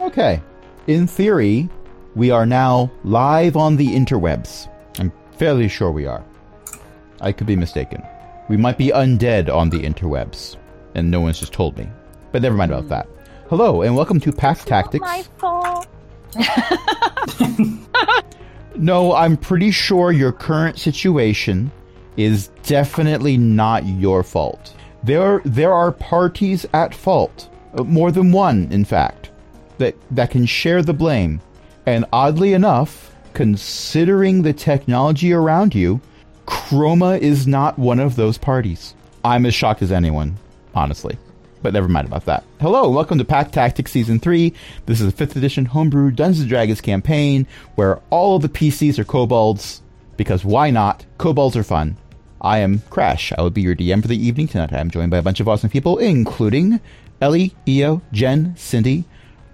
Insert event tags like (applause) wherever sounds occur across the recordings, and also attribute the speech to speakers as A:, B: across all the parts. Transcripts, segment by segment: A: Okay. In theory, we are now live on the interwebs. I'm fairly sure we are. I could be mistaken. We might be undead on the interwebs, and no one's just told me. But never mind about that. Hello, and welcome to Pack Tactics.
B: My fault.
A: No, I'm pretty sure your current situation is definitely not your fault. There, there are parties at fault, uh, more than one, in fact, that that can share the blame. And oddly enough, considering the technology around you, Chroma is not one of those parties. I'm as shocked as anyone, honestly. But never mind about that. Hello, welcome to Pack Tactics Season 3. This is the 5th edition homebrew Dungeons & Dragons campaign where all of the PCs are kobolds, because why not? Kobolds are fun. I am Crash. I will be your DM for the evening tonight. I am joined by a bunch of awesome people, including Ellie, Io, Jen, Cindy.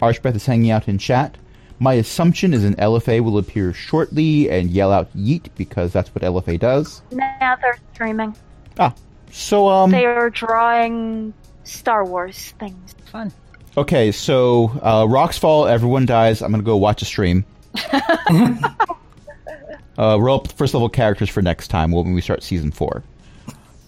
A: Archbeth is hanging out in chat. My assumption is an LFA will appear shortly and yell out yeet because that's what LFA does.
B: Now they're streaming.
A: Ah, so, um.
B: They are drawing Star Wars things.
C: Fun.
A: Okay, so uh, rocks fall, everyone dies. I'm gonna go watch a
C: (laughs)
A: stream. uh, roll up the first level characters for next time when we start season four.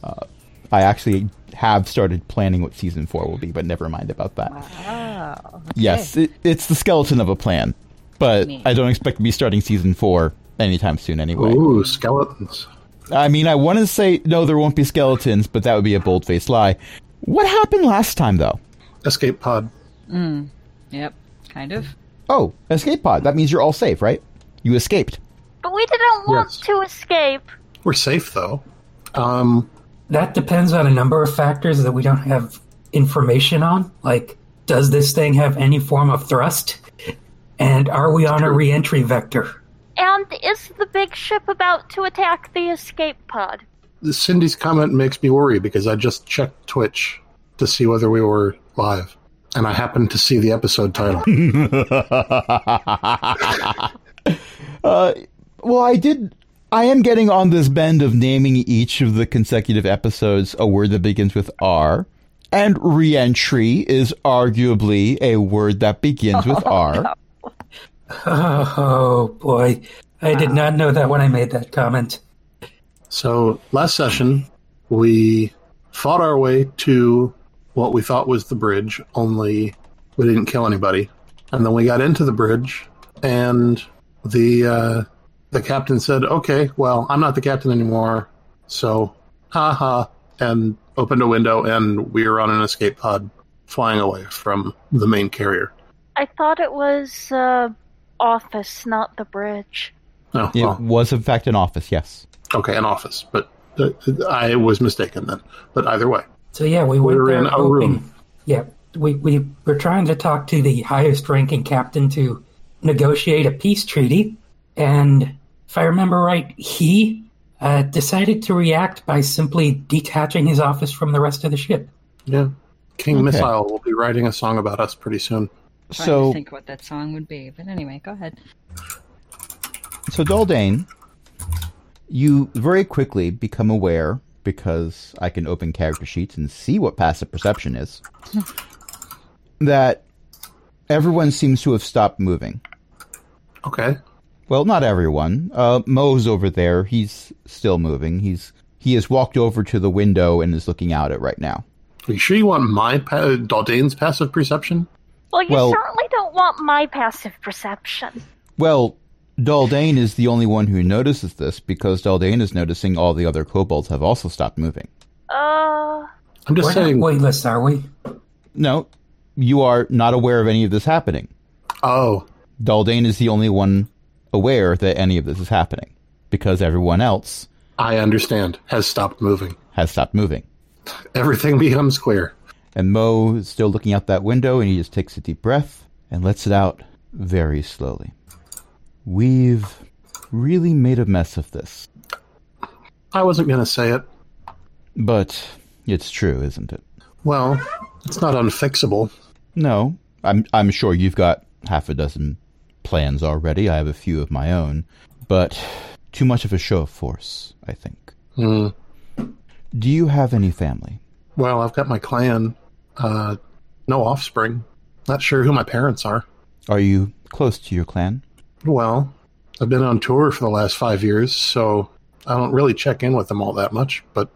A: Uh, I actually have started planning what season four will be, but never mind about that.
C: Wow.
A: Yes, it, it's the skeleton of a plan, but
C: Neat.
A: I don't expect to be starting season four anytime soon. Anyway,
D: Ooh, skeletons.
A: I mean, I want to say no, there won't be skeletons, but that would be a bold-faced lie. What happened last time, though?
D: Escape pod.
C: Yep. Kind of.
A: Oh, escape pod. That means you're all safe, right? You escaped.
B: But we didn't want
D: Yes.
B: to escape.
D: We're safe though. Um,
E: That depends on a number of factors that we don't have information on. Like, does this thing have any form of thrust? And are we on a reentry vector? (laughs)
B: And is the big ship about to attack the escape pod?
D: Cindy's comment makes me worry because I just checked Twitch to see whether we were live, and I happened to see the episode title.
A: Uh, well, I did. I am getting on this bend of naming each of the consecutive episodes a word that begins with R, and reentry is arguably a word that begins with R.
E: Oh boy, I did not know that when I made that comment.
D: so last session, we fought our way to what we thought was the bridge, only we didn't kill anybody, and then we got into the bridge, and the uh, the captain said, "Okay, well, I'm not the captain anymore, so haha," and opened a window, and we were on an escape pod, flying away from the main carrier.
B: I thought it was uh, office, not the bridge.
D: Oh,
A: It
D: well,
A: was, in fact, an office. Yes.
D: okay, an office, but uh, I was mistaken then. But either way,
E: So yeah, we went
D: We're
E: there
D: in a
E: hoping-
D: room.
E: Yeah, we we were trying to talk to the highest ranking captain to negotiate a peace treaty, and if I remember right, he uh, decided to react by simply detaching his office from the rest of the ship.
D: yeah, King
A: Okay.
D: Missile will be writing a song about us pretty soon.
C: Trying
A: so,
C: to think what that song would be. But anyway, go ahead.
A: so Doldane, you very quickly become aware because I can open character sheets and see what passive perception is. that everyone seems to have stopped moving.
D: Okay,
A: Well, not everyone. Uh, Moe's over there. He's still moving. He's he has walked over to the window and is looking out at it right now.
D: are you sure you want my pa- Daldane's passive perception?
B: Well, you
A: Well-
B: certainly don't want my passive perception.
A: Well, Daldane is the only one who notices this because Daldane is noticing all the other kobolds have also stopped moving.
B: Uh,
D: I'm just
E: We're
D: saying.
E: not weightless, are we?
A: No, you are not aware of any of this happening.
D: Oh,
A: Daldane is the only one aware that any of this is happening because everyone else
D: I understand. Has stopped moving.
A: has stopped moving.
D: Everything (laughs) becomes clear.
A: And Mo is still looking out that window, and he just takes a deep breath and lets it out very slowly. We've really made a mess of this,
D: I wasn't going to say it.
A: but it's true, isn't it?
D: Well, it's not unfixable.
A: No, I'm I'm sure you've got half a dozen plans already. I have a few of my own, but too much of a show of force, I think.
D: Hmm.
A: Do you have any family?
D: Well, I've got my clan. Uh, no offspring. Not sure who my parents are.
A: Are you close to your clan?
D: Well, I've been on tour for the last five years, so I don't really check in with them all that much, but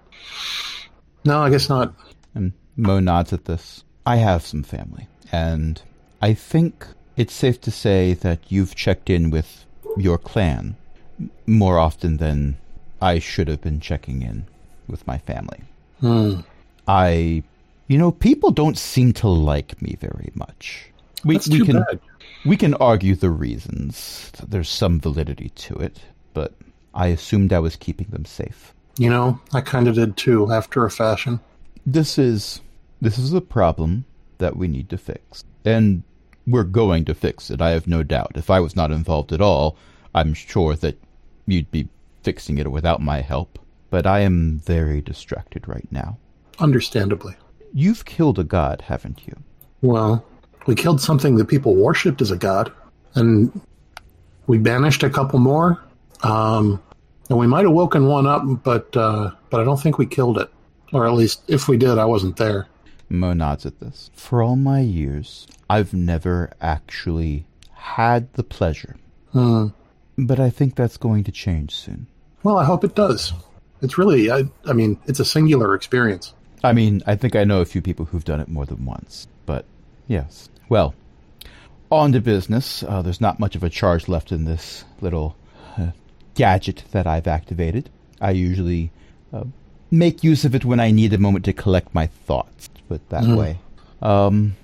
D: no, I guess not.
A: And Mo nods at this. I have some family, and I think it's safe to say that you've checked in with your clan m- more often than I should have been checking in with my family.
D: Hmm.
A: I, you know, people don't seem to like me very much. We,
D: That's
A: we
D: too
A: can
D: bad.
A: we can argue the reasons. There's some validity to it, but I assumed I was keeping them safe.
D: You know, I kind of did too, after a fashion.
A: this is this is a problem that we need to fix and we're going to fix it i have no doubt if i was not involved at all i'm sure that you'd be fixing it without my help but i am very distracted right now
D: Understandably.
A: you've killed a god haven't you
D: Well, we killed something that people worshipped as a god, and we banished a couple more. Um, and we might have woken one up, but uh, but I don't think we killed it, or at least if we did, I wasn't there.
A: Mo nods at this. For all my years, I've never actually had the pleasure.
D: Hmm.
A: But I think that's going to change soon.
D: Well, I hope it does. It's really, I, I mean, it's a singular experience.
A: I mean, I think I know a few people who've done it more than once, but yes. Well, on to business. Uh, there's not much of a charge left in this little uh, gadget that I've activated. I usually uh, make use of it when I need a moment to collect my thoughts, but that way. Um,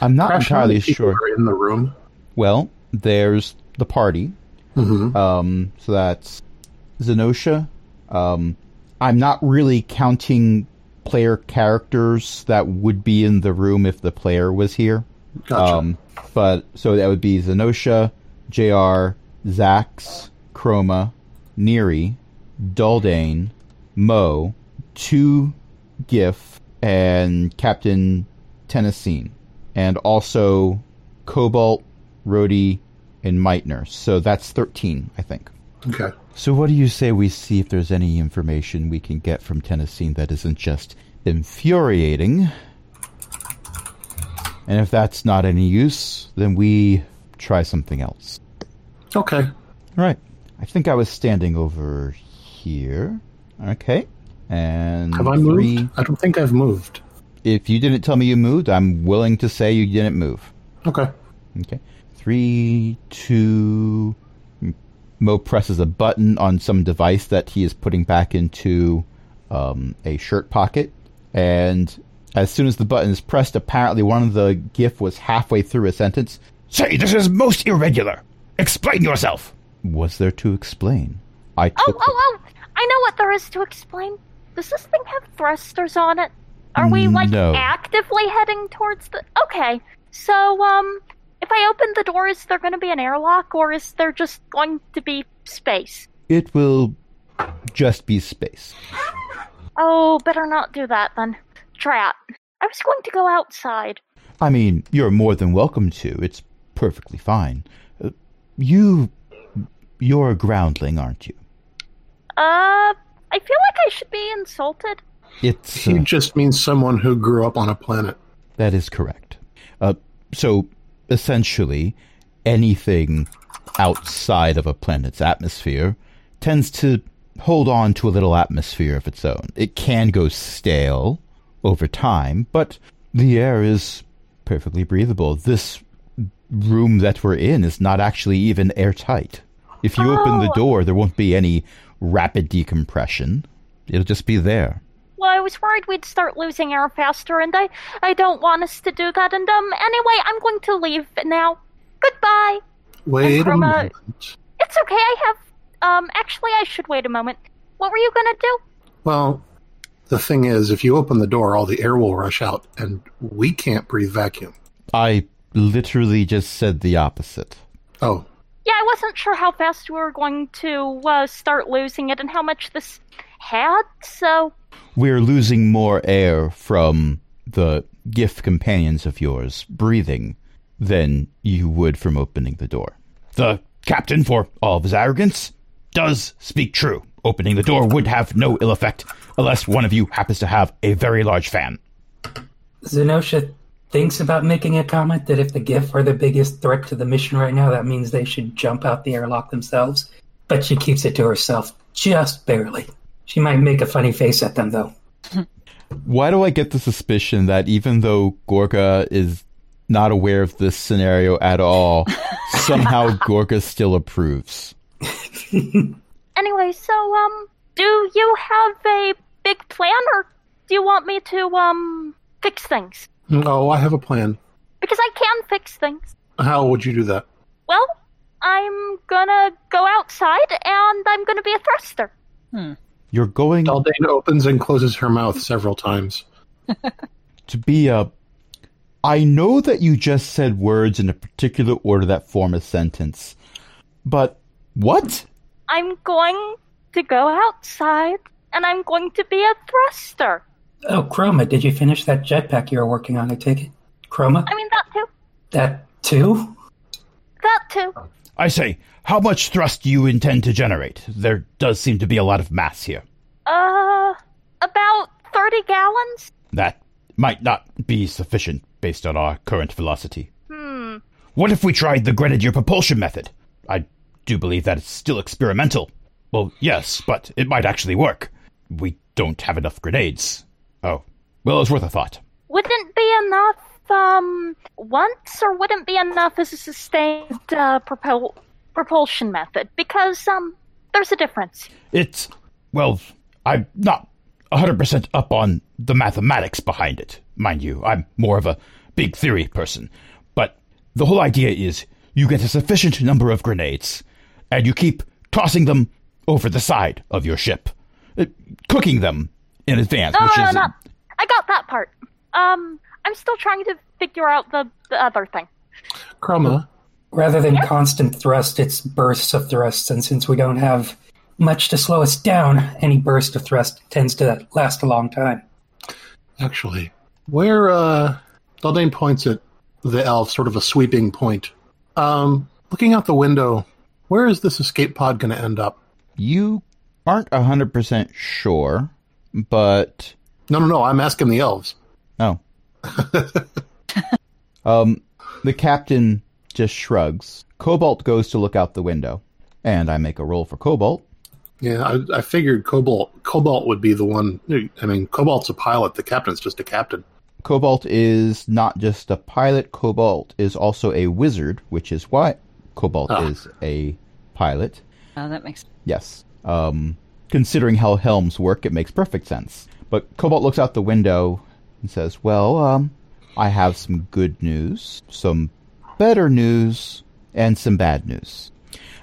A: I'm not
D: Crash, how
A: entirely
D: many people
A: sure.
D: Are in the room.
A: Well, there's the party.
D: Mhm.
A: Um, so that's Zenosha. Um, I'm not really counting player characters that would be in the room if the player was here.
D: Gotcha.
A: Um, but so that would be Zenosha, Jr, Zax, Chroma, Neri, Daldane, Mo, two Gif, and Captain Tennessee, and also Cobalt, Rhodey, and Meitner. So that's thirteen, I think.
D: okay.
A: So what do you say we see if there's any information we can get from Tennessee that isn't just infuriating? And if that's not any use, then we try something else.
D: Okay.
A: Right. I think I was standing over here. Okay. And
D: Have I
A: three-
D: moved? I don't think I've moved.
A: If you didn't tell me you moved, I'm willing to say you didn't move.
D: Okay.
A: Okay. Three, two. Mo presses a button on some device that he is putting back into um, a shirt pocket. And as soon as the button is pressed, apparently one of the GIF was halfway through a sentence. Say, this is most irregular. Explain yourself. Was there to explain? I took
B: Oh,
A: the-
B: oh, oh! I know what there is to explain. Does this thing have thrusters on it? Are we like
A: No.
B: actively heading towards the? Okay, so um, if I open the door, is there going to be an airlock, or is there just going to be space?
A: It will just be space.
B: Oh, better not do that then. Drat. I was going to go outside.
A: I mean, you're more than welcome to. It's perfectly fine. Uh, you. You're a groundling, aren't you?
B: Uh, I feel like I should be insulted.
A: It's.
D: (laughs) He
A: uh,
D: just means someone who grew up on a planet.
A: that is correct. Uh, so, essentially, anything outside of a planet's atmosphere tends to hold on to a little atmosphere of its own. It can go stale over time, but the air is perfectly breathable. This room that we're in is not actually even airtight. If you open the
B: Oh.
A: door, there won't be any rapid decompression. It'll just be there.
B: Well, I was worried we'd start losing air faster, and I, I don't want us to do that. And, um, anyway, I'm going to leave now. Goodbye.
D: Wait a
B: Chroma-
D: minute.
B: It's okay, I have. Um, actually, I should wait a moment. What were you gonna do?
D: Well, the thing is, if you open the door, all the air will rush out, and we can't breathe vacuum.
A: I literally just said the opposite.
D: Oh,
B: Yeah, I wasn't sure how fast we were going to uh, start losing it and how much this had, so.
A: we're losing more air from the gift companions of yours breathing than you would from opening the door. The captain, for all of his arrogance, does speak true. Opening the door would have no ill effect unless one of you happens to have a very large fan.
E: Zenosha thinks about making a comment that if the GIF are the biggest threat to the mission right now, that means they should jump out the airlock themselves. But she keeps it to herself, just barely. She might make a funny face at them, though.
A: Why do I get the suspicion that even though Gorka is not aware of this scenario at (laughs) all, somehow Gorka still approves?
B: Anyway, so um, do you have a big plan, or do you want me to um fix things?
D: No, I have a plan.
B: Because I can fix things.
D: How would you do that?
B: Well, I'm gonna go outside, and I'm gonna be a thruster.
A: You're going
D: Daldane opens and closes her mouth several times.
A: to be a. I know that you just said words in a particular order that form a sentence, but what?
B: I'm going to go outside, and I'm going to be a thruster.
E: Oh, Chroma, did you finish that jetpack you were working on? I take it. Chroma,
B: I mean that too.
E: that too.
B: That too.
A: I say, how much thrust do you intend to generate? There does seem to be a lot of mass here.
B: Uh, about thirty gallons.
A: That might not be sufficient based on our current velocity.
B: Hmm.
A: What if we tried the grenadier propulsion method? I do believe that it's still experimental. Well, yes, but it might actually work. We don't have enough grenades. Oh, well, it's worth a thought.
B: Wouldn't be enough. Um, once or wouldn't be enough as a sustained uh, propel- propulsion method because um, there's a difference.
A: It's, well, I'm not 100% up on the mathematics behind it, mind you. I'm more of a big theory person. But the whole idea is you get a sufficient number of grenades, and you keep tossing them over the side of your ship, uh, cooking them in advance,
B: No,
A: which
B: no,
A: is.
B: no, no. I got that part. Um, I'm still trying to figure out the, the other thing.
D: Chroma,
E: Rather than constant thrust, it's bursts of thrust, and since we don't have much to slow us down, any burst of thrust tends to last a long time.
D: actually, where uh, Daldane points at the elf, sort of a sweeping point. Um, looking out the window, where is this escape pod going to end up?
A: You aren't 100% sure, but.
D: No, no, no. I'm asking the elves.
A: Oh. (laughs) um, the captain just shrugs. Cobalt goes to look out the window, and I make a roll for Cobalt.
D: Yeah, I, I figured Cobalt Cobalt would be the one. I mean, Cobalt's a pilot. The captain's just a captain.
A: Cobalt is not just a pilot, Cobalt is also a wizard, which is why Cobalt
D: Ah.
A: is a pilot.
C: Oh, that makes
A: Yes. Um, considering how helms work, it makes perfect sense. But Cobalt looks out the window and says, Well, um, I have some good news, some better news, and some bad news.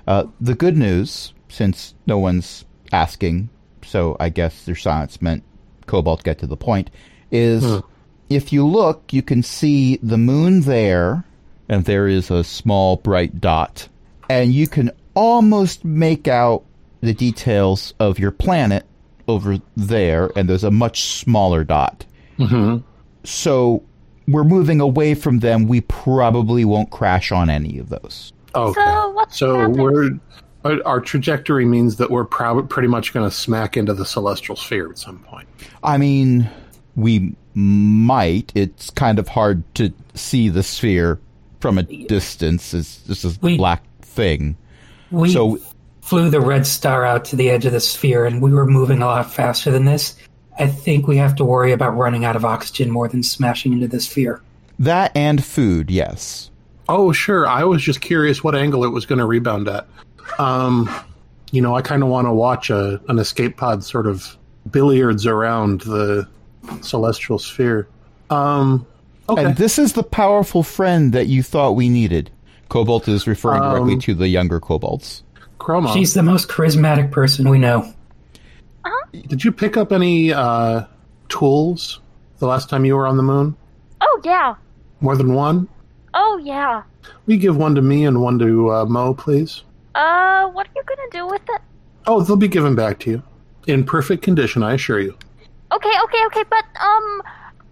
A: Uh, the good news, since no one's asking, so I guess their silence meant Cobalt get to the point, is if you look, you can see the moon there, and there is a small bright dot, and you can almost make out the details of your planet over there, and there's a much smaller dot.
D: Mm-hmm.
A: So we're moving away from them. We probably won't crash on any of those.
D: Okay.
B: So what's
D: So
B: happening?
D: we're our, our trajectory means that we're prob- pretty much going to smack into the celestial sphere at some point.
A: I mean, we might. It's kind of hard to see the sphere from a distance. It's just a
E: We-
A: black thing.
E: We
A: So-
E: flew the red star out to the edge of the sphere, and we were moving a lot faster than this. I think we have to worry about running out of oxygen more than smashing into the sphere.
A: That and food, yes.
D: Oh, sure. I was just curious what angle it was going to rebound at. Um, you know, I kind of want to watch a, an escape pod sort of billiards around the celestial sphere. Um, okay.
A: And this is the powerful friend that you thought we needed. Cobalt is referring directly
D: Um,
A: to the younger Cobalts.
D: Chroma,
E: She's the most charismatic person we know.
D: did you pick up any uh, tools the last time you were on the moon?
B: Oh yeah.
D: More than one?
B: Oh yeah.
D: We give one to me and one to uh, Mo, please.
B: Uh, what are you gonna do with it?
D: Oh, they'll be given back to you in perfect condition, I assure you.
B: Okay, okay, okay, but um,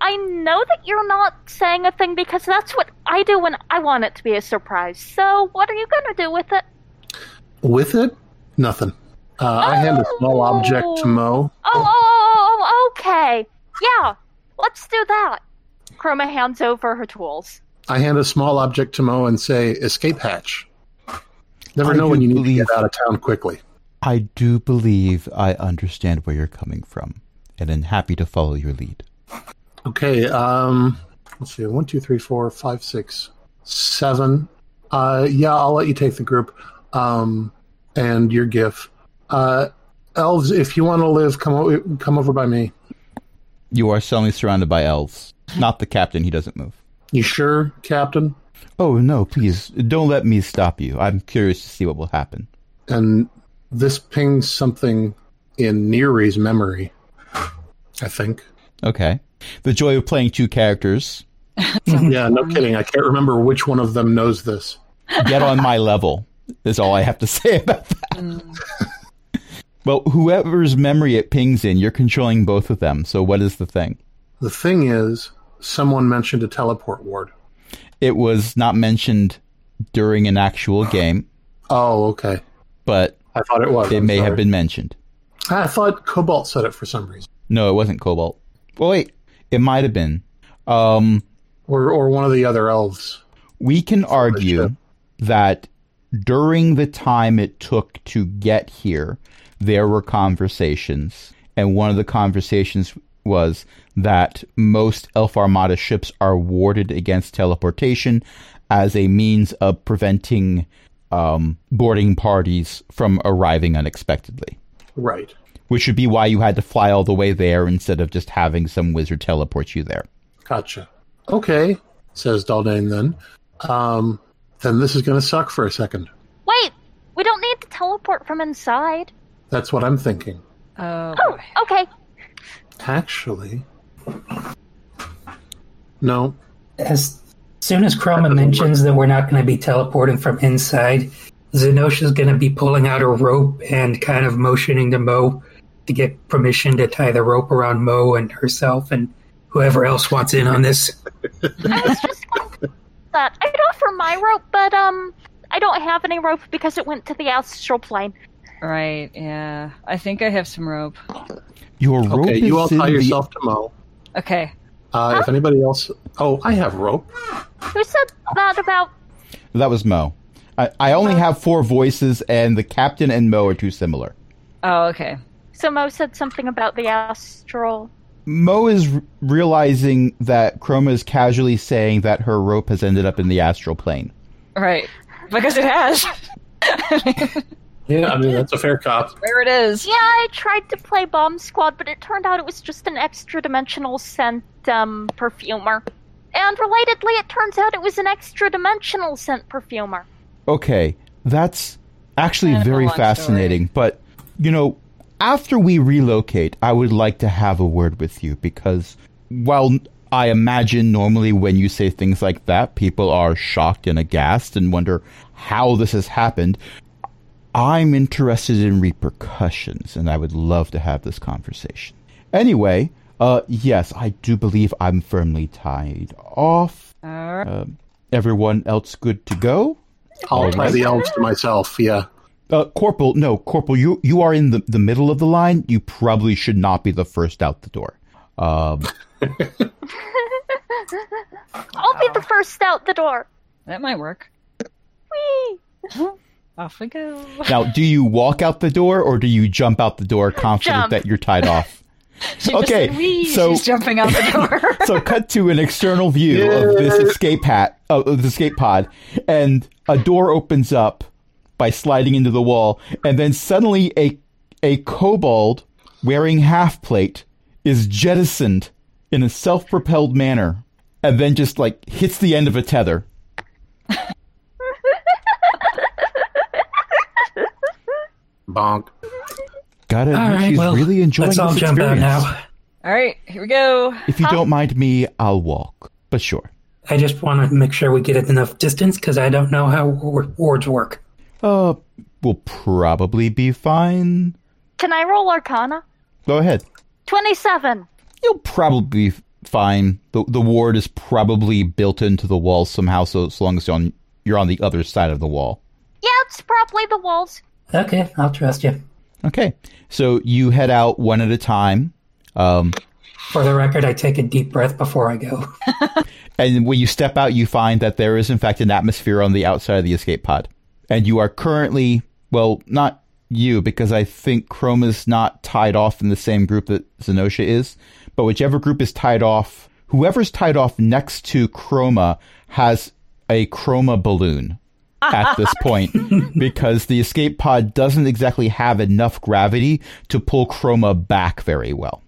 B: I know that you're not saying a thing because that's what I do when I want it to be a surprise. So what are you gonna do with it?
D: With it, nothing. Uh, I hand a small
B: Oh.
D: object to Mo.
B: Oh, oh, oh, oh, oh, okay. Yeah, let's do that. Chroma hands over her tools.
D: I hand a small object to Mo and say, "Escape hatch." Never
A: I
D: know
A: do
D: when you need
A: believe-
D: to get out of town quickly.
A: I do believe I understand where you're coming from, and am happy to follow your lead.
D: Okay. Um, let's see. One, two, three, four, five, six, seven. Uh, yeah, I'll let you take the group um, and your GIF. Uh, elves, if you want to live, come o- come over by me.
A: You are suddenly surrounded by elves. Not the captain, he doesn't move.
D: You sure, Captain?
A: Oh no, please, don't let me stop you. I'm curious to see what will happen.
D: And this pings something in Neri's memory. I think.
A: Okay. The joy of playing two characters.
D: Yeah, no kidding. I can't remember which one of them knows this.
A: Get on my level is all I have to (laughs) say about that.
C: Mm.
A: Well, whoever's memory it pings in, you're controlling both of them. So what is the thing?
D: The thing is, someone mentioned a teleport ward.
A: It was not mentioned during an
D: (sighs)
A: actual game,
D: Oh, okay.
A: but
D: I thought it was.
A: it
D: I'm
A: may have
D: sorry.
A: been mentioned.
D: I thought Cobalt said it for some reason,
A: No, it wasn't Cobalt. Well, wait, it might have been. Um,
D: or or one of the other elves.
A: we can argue
D: ship.
A: that during the time it took to get here, there were conversations, and one of the conversations was that most Elf Armada ships are warded against teleportation as a means of preventing um, boarding parties from arriving unexpectedly.
D: Right.
A: Which would be why you had to fly all the way there instead of just having some wizard teleport you there.
D: Gotcha. Okay, says Daldane then. Um, then this is going to suck for a second.
B: Wait, we don't need to teleport from inside.
D: That's what I'm thinking.
C: Oh,
B: Oh,
C: boy.
B: okay.
D: Actually, no.
E: As soon as Chroma mentions that we're not going to be teleporting from inside, Zenosha's going to be pulling out a rope and kind of motioning to Mo to get permission to tie the rope around Mo and herself and whoever else wants in on this.
B: I was just going that I'd offer my rope, but um, I don't have any rope because it went to the astral plane.
C: right. Yeah. I think I have some rope.
A: Your rope
D: Okay,
A: is
D: you all
A: in
D: tie
A: the
D: yourself to Mo.
C: Okay.
D: Uh, if anybody else, oh, I have rope.
B: Who said that about?
A: That was Mo. I, I only have four voices, and the captain and Mo are too similar.
C: Oh, okay.
B: So Mo said something about the astral.
A: Mo is r- realizing that Chroma is casually saying that her rope has ended up in the astral plane.
C: Right. Because it has. (laughs)
D: Yeah, I mean that's a fair cop.
C: Where it is.
B: Yeah, I tried to play Bomb Squad, but it turned out it was just an extra dimensional scent um, perfumer. And relatedly, it turns out it was an extra dimensional scent perfumer.
A: Okay, that's actually
C: Kind of a
A: very
C: long
A: fascinating. But, you know, after we relocate, I would like to have a word with you because while n- I imagine normally when you say things like that, people are shocked and aghast and wonder how this has happened. I'm interested in repercussions and I would love to have this conversation. Anyway, uh, yes, I do believe I'm firmly tied off.
C: All right.
A: Everyone else good to go?
D: I'll
A: All
D: tie
A: right.
D: the elves to myself. Yeah.
A: Uh, Corporal, no, Corporal, you you are in the, the middle of the line. You probably should not be the first out the door. Um,
B: I'll be the first out the door.
C: That might work.
B: Whee!
C: (laughs) Off we go. (laughs)
A: now, do you walk out the door or do you jump out the door confident
B: Jump.
A: that you're tied off?
C: She
A: Okay,
C: Just, "Wee,"
A: so-
C: she's jumping out
D: (laughs)
C: the door. (laughs)
A: so, cut to an external view of this escape hat of this escape pod, and a door opens up by sliding into the wall, and then suddenly a a kobold wearing half plate is jettisoned in a self propelled manner, and then just like hits the end of a tether.
D: Bonk.
A: Gotta
E: All
A: admit,
E: right,
A: she's
E: well,
A: really enjoying
E: Let's
A: this
E: all jump out
A: experience.
E: now.
C: All right. Here we go.
A: If you don't mind me, I'll walk. But sure.
E: I just want to make sure we get enough distance because I don't know how war- wards work.
A: Uh, we'll probably be fine.
B: Can I roll Arcana?
A: Go ahead.
B: 27.
A: You'll probably be fine. The the ward is probably built into the wall somehow, so as long as you're on, you're on the other side of the wall.
B: Yeah, it's probably the walls.
E: Okay, I'll trust you.
A: Okay. So you head out one at a time. Um,
E: For the record, I take a deep breath before I go.
A: And when you step out, you find that there is, in fact, an atmosphere on the outside of the escape pod. And you are currently, well, not you, because I think Chroma's not tied off in the same group that Zenosha is, but whichever group is tied off, whoever's tied off next to Chroma has a Chroma balloon at this point, because the escape pod doesn't exactly have enough gravity to pull Chroma back very well.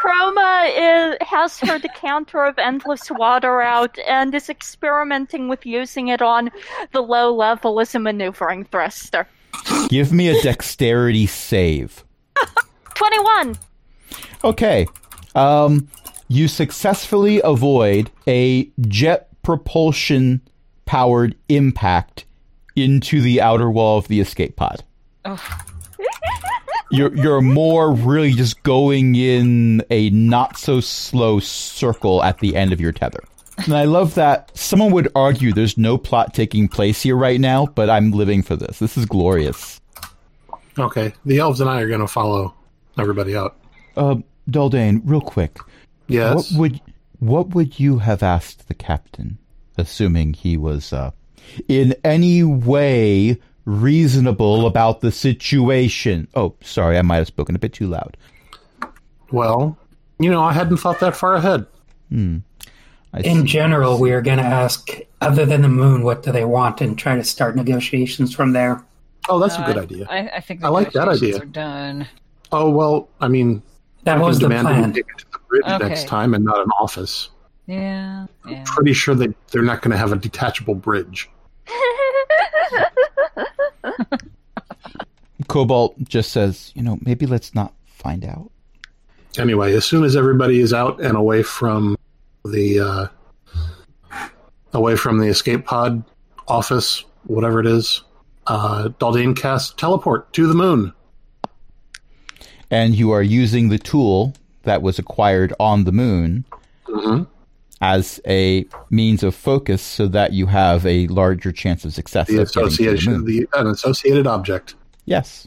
B: Chroma is, has her decanter of endless water out and is experimenting with using it on the low level as a maneuvering thruster.
A: Give me a dexterity save.
B: 21!
A: Okay. Um, you successfully avoid a jet propulsion powered impact into the outer wall of the escape pod.
C: Oh,
A: You're, you're more really just going in a not so slow circle at the end of your tether. And I love that someone would argue there's no plot taking place here right now, but I'm living for this. This is glorious.
D: Okay, the elves and I are going to follow everybody out.
A: Uh, Daldane, real quick.
D: Yes.
A: What would what would you have asked the captain, assuming he was uh, in any way reasonable about the situation? Oh, sorry, I might have spoken a bit too loud.
D: well, you know, I hadn't thought that far ahead.
A: I
E: In
A: see.
E: general, we are going to ask, other than the moon, what do they want, and try to start negotiations from there.
D: Oh, that's
C: uh,
D: a good idea.
C: I, I think
D: I like that
C: negotiations
D: idea.
C: Are done.
D: oh well, I mean,
E: That
D: I
E: was the
D: demand
E: plan.
D: we take it to the bridge
C: Okay.
D: next time and not an office.
C: Yeah. yeah.
D: Pretty sure they they're not going to have a detachable bridge.
A: Cobalt just says, you know, maybe let's not find out.
D: Anyway, as soon as everybody is out and away from the uh, away from the escape pod office, whatever it is, uh, Daldane casts teleport to the moon.
A: And you are using the tool that was acquired on the moon
D: Mhm.
A: as a means of focus, so that you have a larger chance of success.
D: The
A: of getting to the
D: association,
A: moon.
D: the an associated object.
A: yes.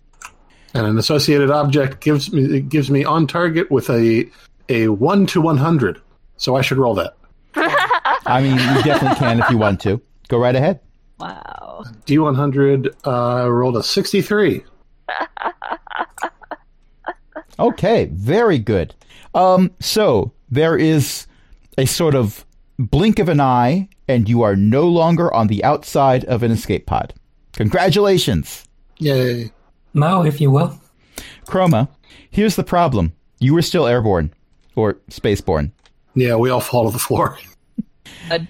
D: and an associated object gives me it gives me on target with a a one to one hundred. So I should roll that.
A: I mean, you definitely can if you want to. Go right ahead.
D: (laughs)
C: Wow.
D: D one hundred uh, rolled a sixty three.
A: Okay, very good. Um, so there is a sort of blink of an eye, and you are no longer on the outside of an escape pod. Congratulations,
D: Yay!
E: Mo, if you will.
A: Chroma. Here's the problem: you were still airborne or spaceborne.
D: Yeah, we all fall to the floor.
C: A-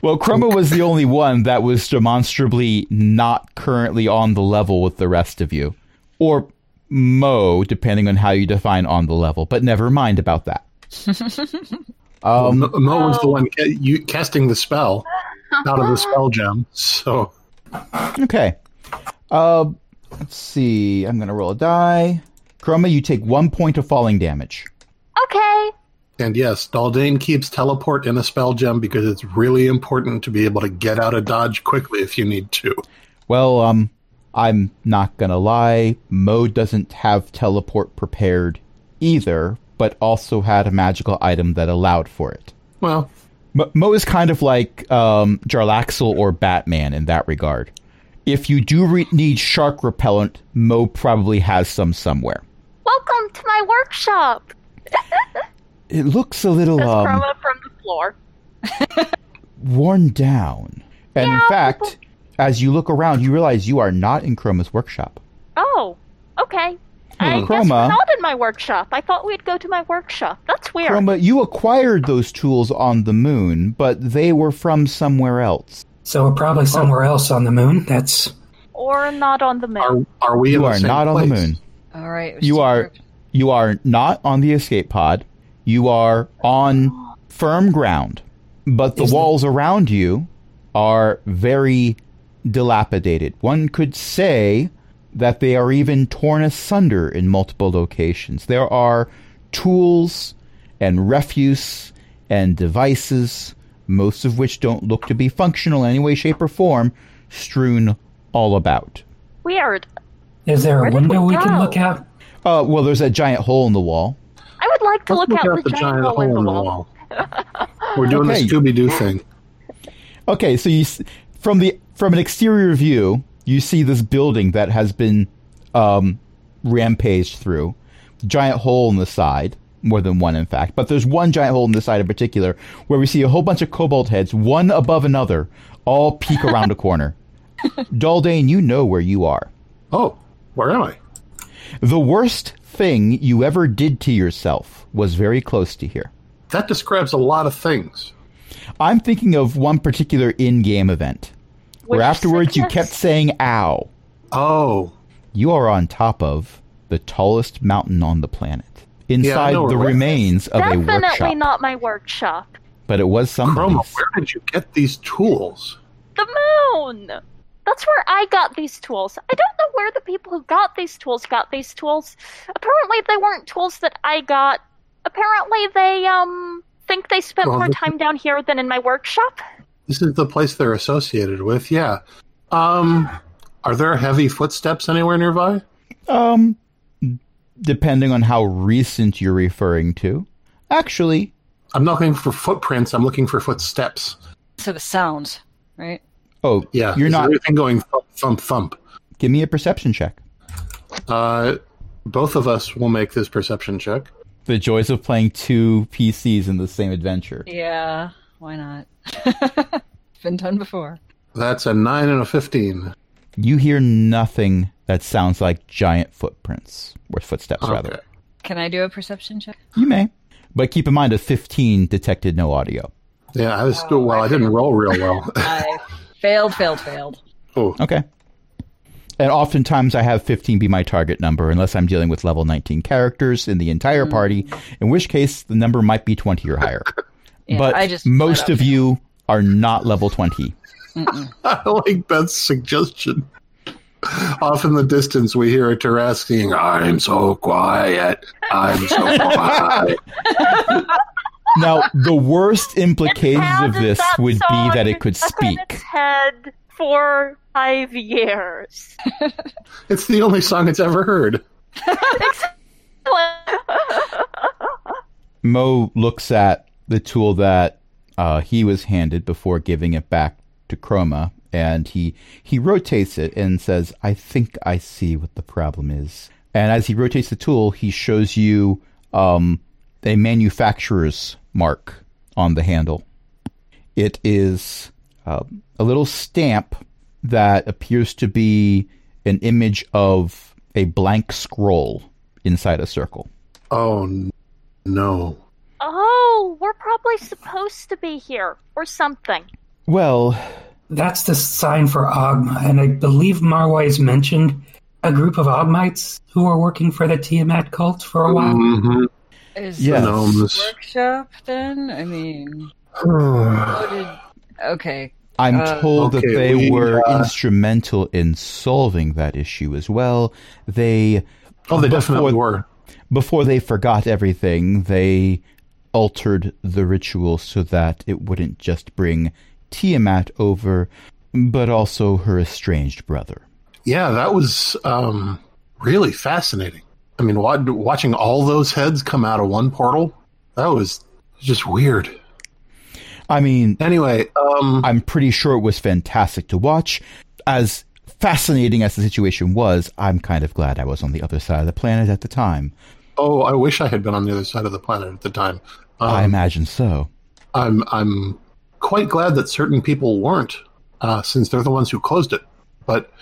A: Well, Chroma was the only one that was demonstrably not currently on the level with the rest of you, or Mo, depending on how you define on the level. But never mind about that.
D: Um, Mo Mo was the one ca- you, casting the spell out of the spell gem. So
A: Okay. Uh, let's see. I'm going to roll a die. Chroma, you take one point of falling damage.
B: okay.
D: and yes, Daldane keeps teleport in a spell gem because it's really important to be able to get out of dodge quickly if you need to.
A: Well, um, I'm not going to lie. Mo doesn't have teleport prepared either, but also had a magical item that allowed for it.
D: Well,
A: M- Mo is kind of like um, Jarlaxle or Batman in that regard. If you do re- need shark repellent, Mo probably has some somewhere.
B: Welcome to my workshop!
A: It looks a little
B: Says
A: um,
B: Chroma from the floor.
A: worn down. And in
B: Yeah,
A: fact, as you look around, you realize you are not in Chroma's workshop.
B: Oh, okay. I guess
A: Chroma.
B: we're not in my workshop. I thought we'd go to my workshop. That's weird.
A: Chroma, you acquired those tools on the moon, but they were from somewhere else.
E: So we're probably somewhere else on the moon. That's
B: or not on the moon.
D: are are we? in
A: You
D: the
A: are
D: same
A: not on the
D: place?
A: moon.
C: all right. it was
A: You
C: two
A: are
C: groups.
A: you are not on the escape pod. You are on firm ground, but the walls around you are very dilapidated. One could say that they are even torn asunder in multiple locations. There are tools and refuse and devices, most of which don't look to be functional in any way, shape, or form, strewn all about.
B: weird.
E: Is there
B: Where
E: a
B: did
E: window
B: we
E: we,
B: go?
E: can look out?
A: Uh, well, there's that giant hole in the wall.
B: I would like to
D: Let's
B: look, out, the, giant, hole in the wall.
D: We're doing
A: Okay.
D: the Scooby Doo thing.
A: Okay, so you s- from the from an exterior view, you see this building that has been um, rampaged through. Giant hole in the side, more than one, in fact. But there's one giant hole in the side in particular where we see a whole bunch of cobalt heads, one above another, all peek around a corner. Daldane, you know where you are.
D: Oh, where am I?
A: The worst thing you ever did to yourself was very close to here.
D: That describes a lot of things.
A: I'm thinking of one particular in-game event where
B: Which
A: afterwards you kept
B: suggests-
A: saying "ow."
D: Oh,
A: You are on top of the tallest mountain on the planet, inside
D: know
A: the
D: where that is.
A: remains of a
B: Definitely
A: workshop.
B: not my workshop.
A: But it was
D: Chroma,
A: somebody's.
D: where did you get these tools?
B: The moon! That's where I got these tools. I don't know where the people who got these tools got these tools. Apparently, they weren't tools that I got. Apparently, they, um, think they spent
D: Well,
B: more
D: the-
B: time down here than in my workshop.
D: This is the place they're associated with. Yeah. Um, are there heavy footsteps anywhere nearby?
A: Um, depending on how recent you're referring to. Actually,
D: I'm not looking for footprints. I'm looking for footsteps.
C: So the sound, right?
A: oh,
D: Yeah.
A: you're
D: is
A: not.
D: Everything going thump thump thump.
A: Give me a perception check.
D: Uh, both of us will make this perception check.
A: The joys of playing two PCs in the same adventure.
C: Yeah. Why not? (laughs) Been done before.
D: That's a nine and a fifteen.
A: You hear nothing that sounds like giant footprints, or footsteps, rather.
D: Okay.
C: Can I do a perception check?
A: You may. But keep in mind, a 15 detected no audio.
D: Yeah, I was well. I didn't roll real well. (laughs)
C: I failed, failed, failed.
D: oh,
A: Okay. And oftentimes I have 15 be my target number unless I'm dealing with level 19 characters in the entire
C: Mm.
A: party, in which case the number might be 20 or higher.
C: (laughs) Yeah,
A: but
C: I just
A: most
C: flat
A: of
C: out-
A: you are not level 20.
D: I like Beth's suggestion. Off in the distance, we hear a Tarasking, I'm so quiet. I'm so quiet.
A: Now, the
C: (laughs)
A: worst implications
B: How
A: of
B: did
A: this
B: that
A: would be
B: song
A: that it
B: been
A: could
B: stuck in
A: speak.
B: Its head for five years.
D: it's the only song it's ever heard.
A: Mo looks at the tool that uh, he was handed before giving it back to Chroma, and he he rotates it and says, "I think I see what the problem is." And as he rotates the tool, he shows you um, a manufacturer's mark on the handle. It is uh, a little stamp that appears to be an image of a blank scroll inside a circle.
D: Oh, n- no.
B: oh, we're probably supposed to be here or something.
A: Well,
E: That's the sign for Ogma, and I believe Marwise mentioned a group of Ogmites who were working for the Tiamat cult for a while.
D: hmm
C: Is
A: Yeah.
C: yeah.
D: Gnomes.
C: workshop then? I mean,
D: Oh,
C: how did- okay.
A: I'm
C: Uh,
A: told that
D: Okay,
A: they
D: we,
A: were
D: uh,
A: instrumental in solving that issue as well. They
D: Oh, they definitely
A: Before-
D: were.
A: before they forgot everything, they altered the ritual so that it wouldn't just bring Tiamat over, but also her estranged brother.
D: Yeah, that was um, really fascinating. I mean, wa- watching all those heads come out of one portal, that was just weird.
A: I mean,
D: Anyway, um,
A: I'm pretty sure it was fantastic to watch. As fascinating as the situation was, I'm kind of glad I was on the other side of the planet at the time.
D: oh, I wish I had been on the other side of the planet at the time. Um,
A: I imagine so.
D: I'm I'm quite glad that certain people weren't, uh, since they're the ones who closed it. But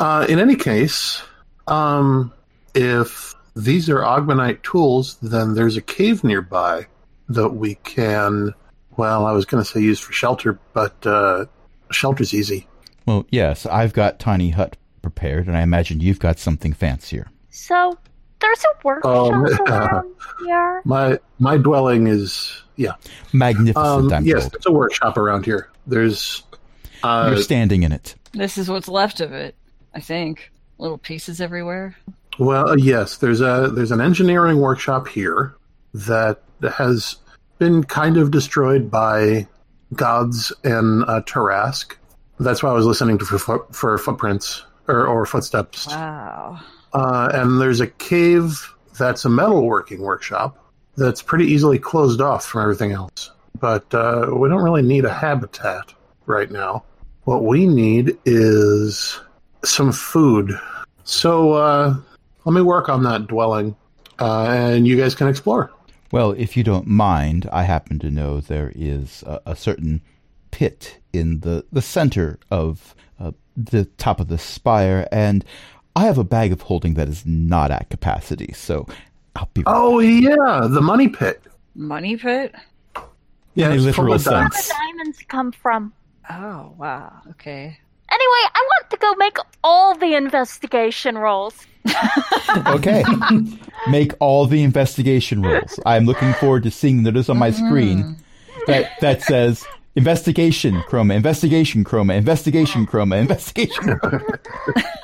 D: uh, in any case, um, if these are Ogmanite tools, then there's a cave nearby that we can. Well, I was going to say use for shelter, but uh, shelter's easy.
A: Well, yes, I've got Tiny Hut prepared, and I imagine you've got something fancier.
B: So there's a workshop
D: Um,
B: around here.
D: My my dwelling is yeah.
A: Magnificent,
D: Um,
A: I'm
D: yes,
A: told.
D: it's a workshop around here. There's uh,
A: You're standing in it.
C: This is what's left of it, I think. Little pieces everywhere.
D: Well, uh, yes, there's a there's an engineering workshop here that has been kind of destroyed by gods and uh, Tarask. That's why I was listening to for, foot- for footprints or, or footsteps.
C: Wow.
D: Uh, and there's a cave that's a metalworking workshop that's pretty easily closed off from everything else. But uh, we don't really need a habitat right now. What we need is some food. So uh, let me work on that dwelling, uh, and you guys can explore.
A: Well, if you don't mind, I happen to know there is a, a certain pit in the, the center of uh, the top of the spire, and I have a bag of holding that is not at capacity, so I'll be. right-
D: Oh yeah, the money pit.
C: Money pit?
D: Yeah,
A: In a
D: it's full
A: literal
D: of diamonds.
A: sense.
B: Where the diamonds come from?
C: Oh, wow. Okay.
B: Anyway, I want to go make all the investigation rolls.
A: Okay. Make all the investigation rolls. I'm looking forward to seeing notice on my screen that, that says investigation chroma, investigation chroma, investigation chroma, investigation chroma.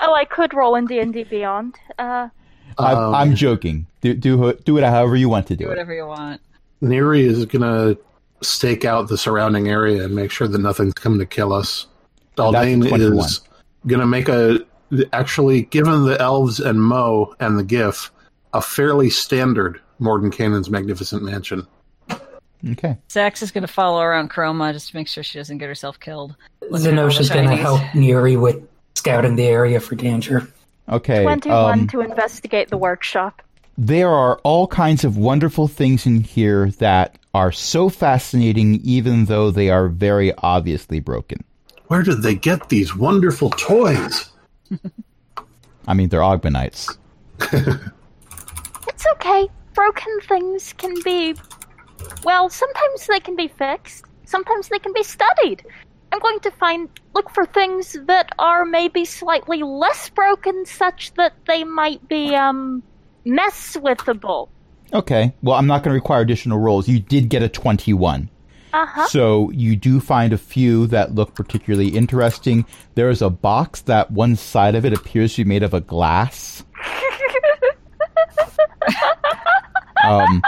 B: Oh, I could roll in D and D Beyond. Uh,
A: I'm,
D: Um,
A: I'm joking. Do, do, do it however you want to do
C: Do
A: it.
C: whatever you want.
D: Neri is gonna stake out the surrounding area and make sure that nothing's coming to kill us.
A: And that's a
D: Daldane
A: 21.
D: is gonna make a actually given the elves and Mo and the GIF a fairly standard Mordenkainen's magnificent mansion.
A: Okay.
C: Zax is going to follow around Chroma just to make sure she doesn't get herself killed.
E: Zenosha's
C: All the
E: going to
C: Chinese.
E: help Neri with scouting the area for danger.
A: Okay.
B: Twenty-one
A: Um,
B: to investigate the workshop.
A: there are all kinds of wonderful things in here that are so fascinating, even though they are very obviously broken.
D: Where did they get these wonderful toys?
A: I mean, they're Ogmanites.
B: It's okay. Broken things can be. Well, sometimes they can be fixed. Sometimes they can be studied. I'm going to find look for things that are maybe slightly less broken, such that they might be um mess withable.
A: Okay. Well, I'm not going to require additional rolls. You did get a 21.
B: Uh huh.
A: So you do find a few that look particularly interesting. There is a box that one side of it appears to be made of a glass. Um,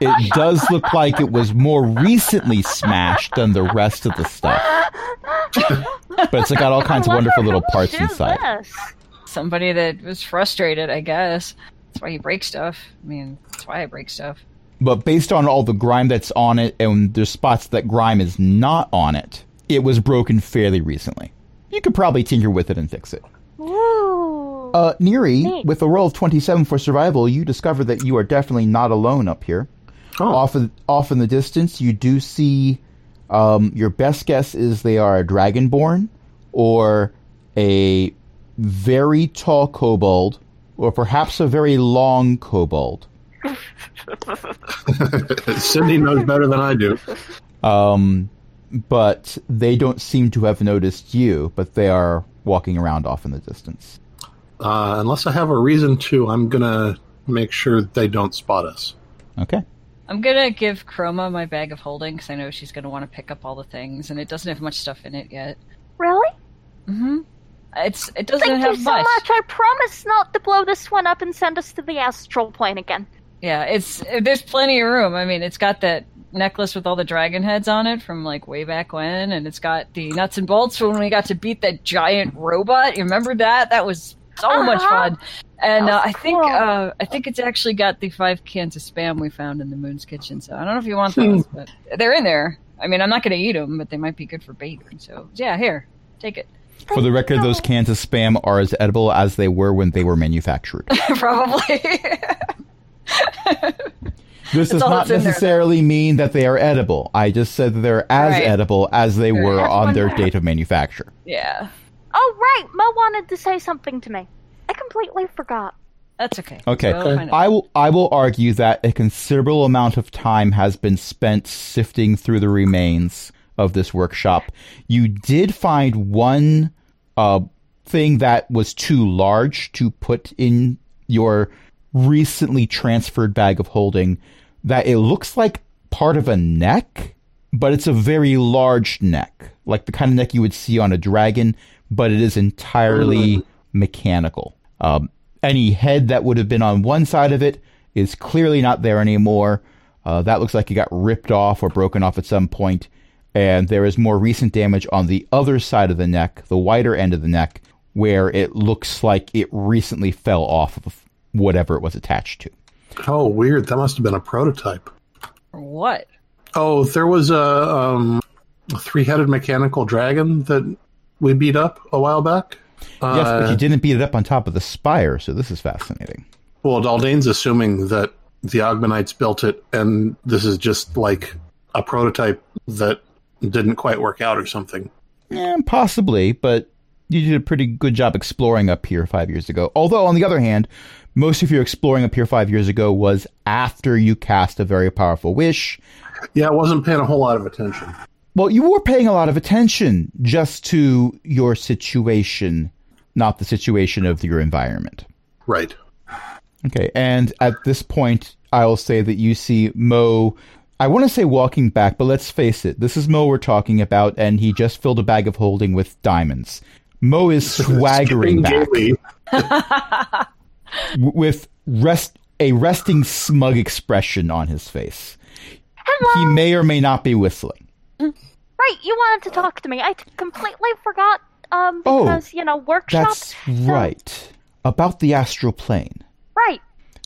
A: it does look like it was more recently smashed than the rest of the stuff. But it's got all kinds of wonderful little parts inside.
C: Somebody that was frustrated, I guess. That's why you break stuff. I mean, that's why I break stuff.
A: But based on all the grime that's on it and there's spots that grime is not on it, it was broken fairly recently. You could probably tinker with it and fix it.
B: Ooh.
A: Uh, Neri,
B: Neat.
A: with a roll of 27 for survival, you discover that you are definitely not alone up here.
D: Oh,
A: Off, in, off in the distance, you do see um, your best guess is they are a dragonborn or a very tall kobold or perhaps a very long kobold.
D: Oh, Cindy knows better than I do.
A: Um, but they don't seem to have noticed you, but they are walking around off in the distance.
D: Uh, unless I have a reason to, I'm gonna make sure they don't spot us.
A: Okay.
C: I'm gonna give Chroma my bag of holding because I know she's gonna want to pick up all the things, and it doesn't have much stuff in it yet.
B: really?
C: Mm-hmm. It's it doesn't
B: Thank you
C: have
B: so much. I promise not to blow this one up and send us to the astral plane again.
C: Yeah, it's there's plenty of room. I mean, it's got that necklace with all the dragon heads on it from like way back when, and it's got the nuts and bolts from when we got to beat that giant robot. You remember that? That was so much
B: Uh-huh.
C: fun. And
B: That
C: uh,
B: was
C: I think
B: cool.
C: uh, I think it's actually got the five cans of spam we found in the Moon's kitchen. So I don't know if you want those,
B: Hmm.
C: but they're in there. I mean, I'm not going to eat them, but they might be good for bait. So yeah, here, take it. (laughs)
A: For the record, those cans of spam are as edible as they were when they were
C: (laughs)
A: manufactured.
C: Probably.
A: This does
C: all
A: not
C: that's in there, though.
A: necessarily mean that they are edible. I just said that they're as
C: Right.
A: edible as they were
B: That's
A: on
B: one
A: their
B: thing.
A: date of manufacture.
C: yeah,
B: Oh right, Mo wanted to say something to me. I completely forgot.
C: that's okay.
A: Okay.
C: We'll find out.
A: I will I will argue that a considerable amount of time has been spent sifting through the remains of this workshop. You did find one uh, thing that was too large to put in your recently transferred bag of holding that it looks like part of a neck, but it's a very large neck, like the kind of neck you would see on a dragon, but it is entirely mechanical. Um, any head that would have been on one side of it is clearly not there anymore. Uh, that looks like it got ripped off or broken off at some point, and there is more recent damage on the other side of the neck, the wider end of the neck, where it looks like it recently fell off of whatever it was attached to.
D: Oh, weird. That must have been a prototype.
C: Or What?
D: Oh, there was a, um, a three-headed mechanical dragon that we beat up a while back.
A: yes, but you didn't beat it up on top of the spire, so this is fascinating.
D: Well, Daldane's assuming that the Ogmanites built it, and this is just like a prototype that didn't quite work out or something.
A: Eh, possibly, but you did a pretty good job exploring up here five years ago. Although, on the other hand, most of your exploring up here five years ago was after you cast a very powerful wish.
D: Yeah, I wasn't paying a whole lot of attention.
A: Well, you were paying a lot of attention just to your situation, not the situation of your environment.
D: Right.
A: Okay, and at this point, I will say that you see Mo. I want to say walking back, but let's face it, this is Mo we're talking about, and he just filled a bag of holding with diamonds. Mo is swaggering back
D: Gingerly.
A: w- with rest a resting smug expression on his face. He
B: Hello.
A: may or may not be whistling.
B: Right, you wanted to talk to me. I t- completely forgot. Um,
A: Oh,
B: because you know workshop.
A: That's right. About the astral plane.
B: Right.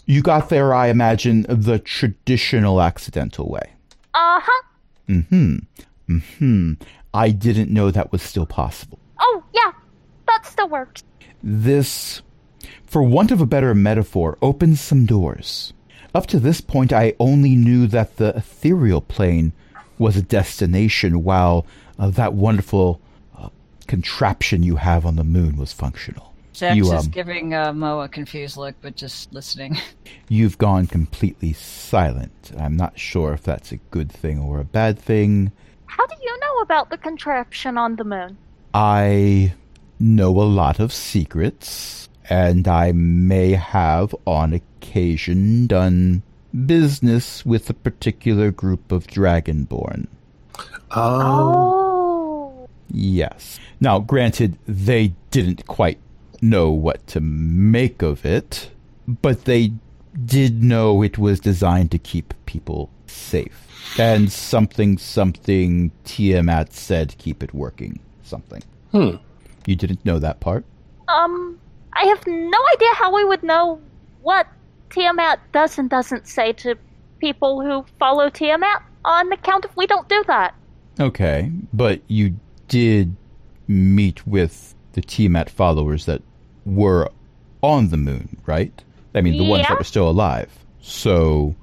A: You got there, I imagine, the traditional accidental way.
B: Uh huh.
A: Hmm. I didn't know that was still possible.
B: Oh yeah, that still works.
A: This, for want of a better metaphor, opens some doors. Up to this point, I only knew that the ethereal plane was a destination while uh, that wonderful uh, contraption you have on the moon was functional.
C: Zax
A: You,
C: is
A: um,
C: giving uh, Mo a confused look, but just listening. (laughs)
A: You've gone completely silent. I'm not sure if that's a good thing or a bad thing.
B: How do you know about the contraption on the moon?
A: I know a lot of secrets, and I may have on occasion done business with a particular group of Dragonborn.
D: Oh,
B: Oh.
A: Yes. Now, granted, they didn't quite know what to make of it, but they did know it was designed to keep people safe. And something, something, Tiamat said, keep it working. Something.
D: Hmm.
A: You didn't know that part?
B: Um, I have no idea how we would know what Tiamat does and doesn't say to people who follow Tiamat on account of we don't do that.
A: Okay, but you did meet with the TMAT followers that were on the moon, right? I mean, the ones that
B: Yeah.
A: were still alive. So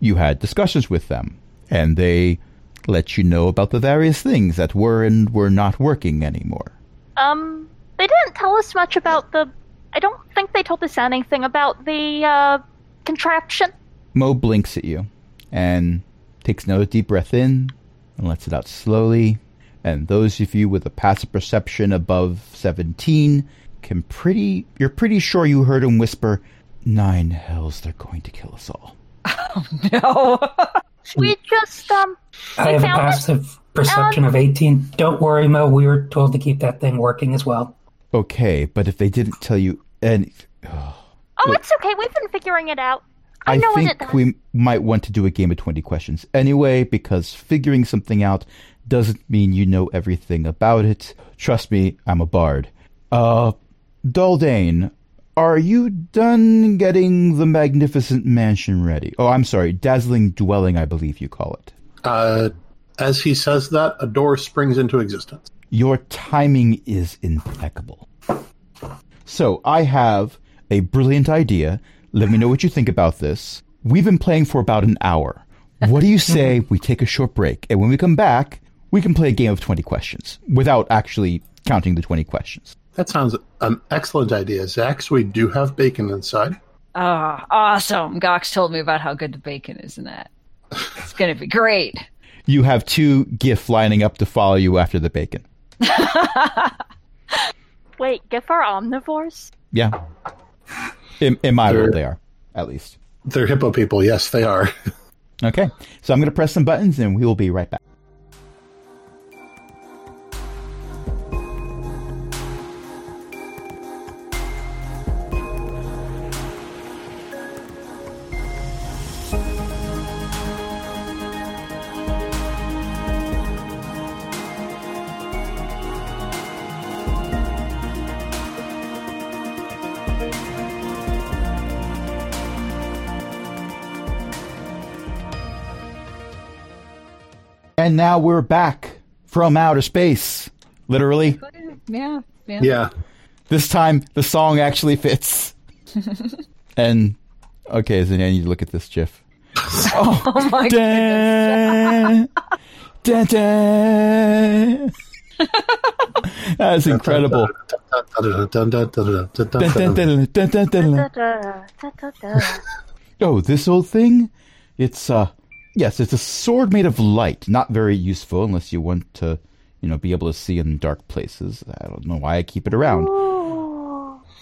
A: you had discussions with them, and they let you know about the various things that were and were not working anymore.
B: Um, they didn't tell us much about the. I don't think they told us anything about the uh, contraption.
A: Mo blinks at you and takes another deep breath in and lets it out slowly. And those of you with a passive perception above 17 can pretty, you're pretty sure you heard him whisper, Nine hells, they're going to kill us all.
C: no. (laughs)
B: We just um,
E: I
B: found
E: have a
B: it? Um,
E: passive perception of 18. Don't worry, Mo. We were told to keep that thing working as well.
A: Okay, but if they didn't tell you any,
B: oh, it's okay. We've been figuring it out. I,
A: I,
B: know what it
A: think
B: does.
A: we might want to do a game of 20 questions anyway, because figuring something out doesn't mean you know everything about it. Trust me, I'm a bard. Uh, Daldane, are you done getting the magnificent mansion ready? Oh, I'm sorry, dazzling dwelling, I believe you call it.
D: uh, as he says that, a door springs into existence.
A: Your timing is impeccable. So, I have a brilliant idea. Let me know what you think about this. We've been playing for about an hour. What do you say we take a short break? And when we come back, we can play a game of 20 questions without actually counting the 20 questions.
D: That sounds an excellent idea, Zax. We do have bacon inside.
C: Ah, awesome. Gox told me about how good the bacon is in that. It's going to be great.
A: You have two GIF lining up to follow you after the bacon.
B: Wait, GIF are omnivores?
A: Yeah. In, in my
D: Sure.
A: world, they are, at least.
D: They're hippo people. Yes, they are. (laughs)
A: Okay. So I'm going to press some buttons and we will be right back. And now we're back from outer space. Literally.
C: (laughs) Yeah, yeah.
D: Yeah.
A: This time the song actually
C: (laughs)
A: fits. and okay, so now you need to look at this GIF.
C: (laughs) Oh
A: (laughs)
C: my
A: Dun, dun, dun. That's incredible. Dun, dun, dun, dun, dun, dun, dun.
B: Da-da,
A: (laughs)
B: da-da-da.
A: Oh, this old thing? It's uh yes, it's a sword made of light. Not very useful unless you want to, you know, be able to see in dark places. I don't know why I keep it around.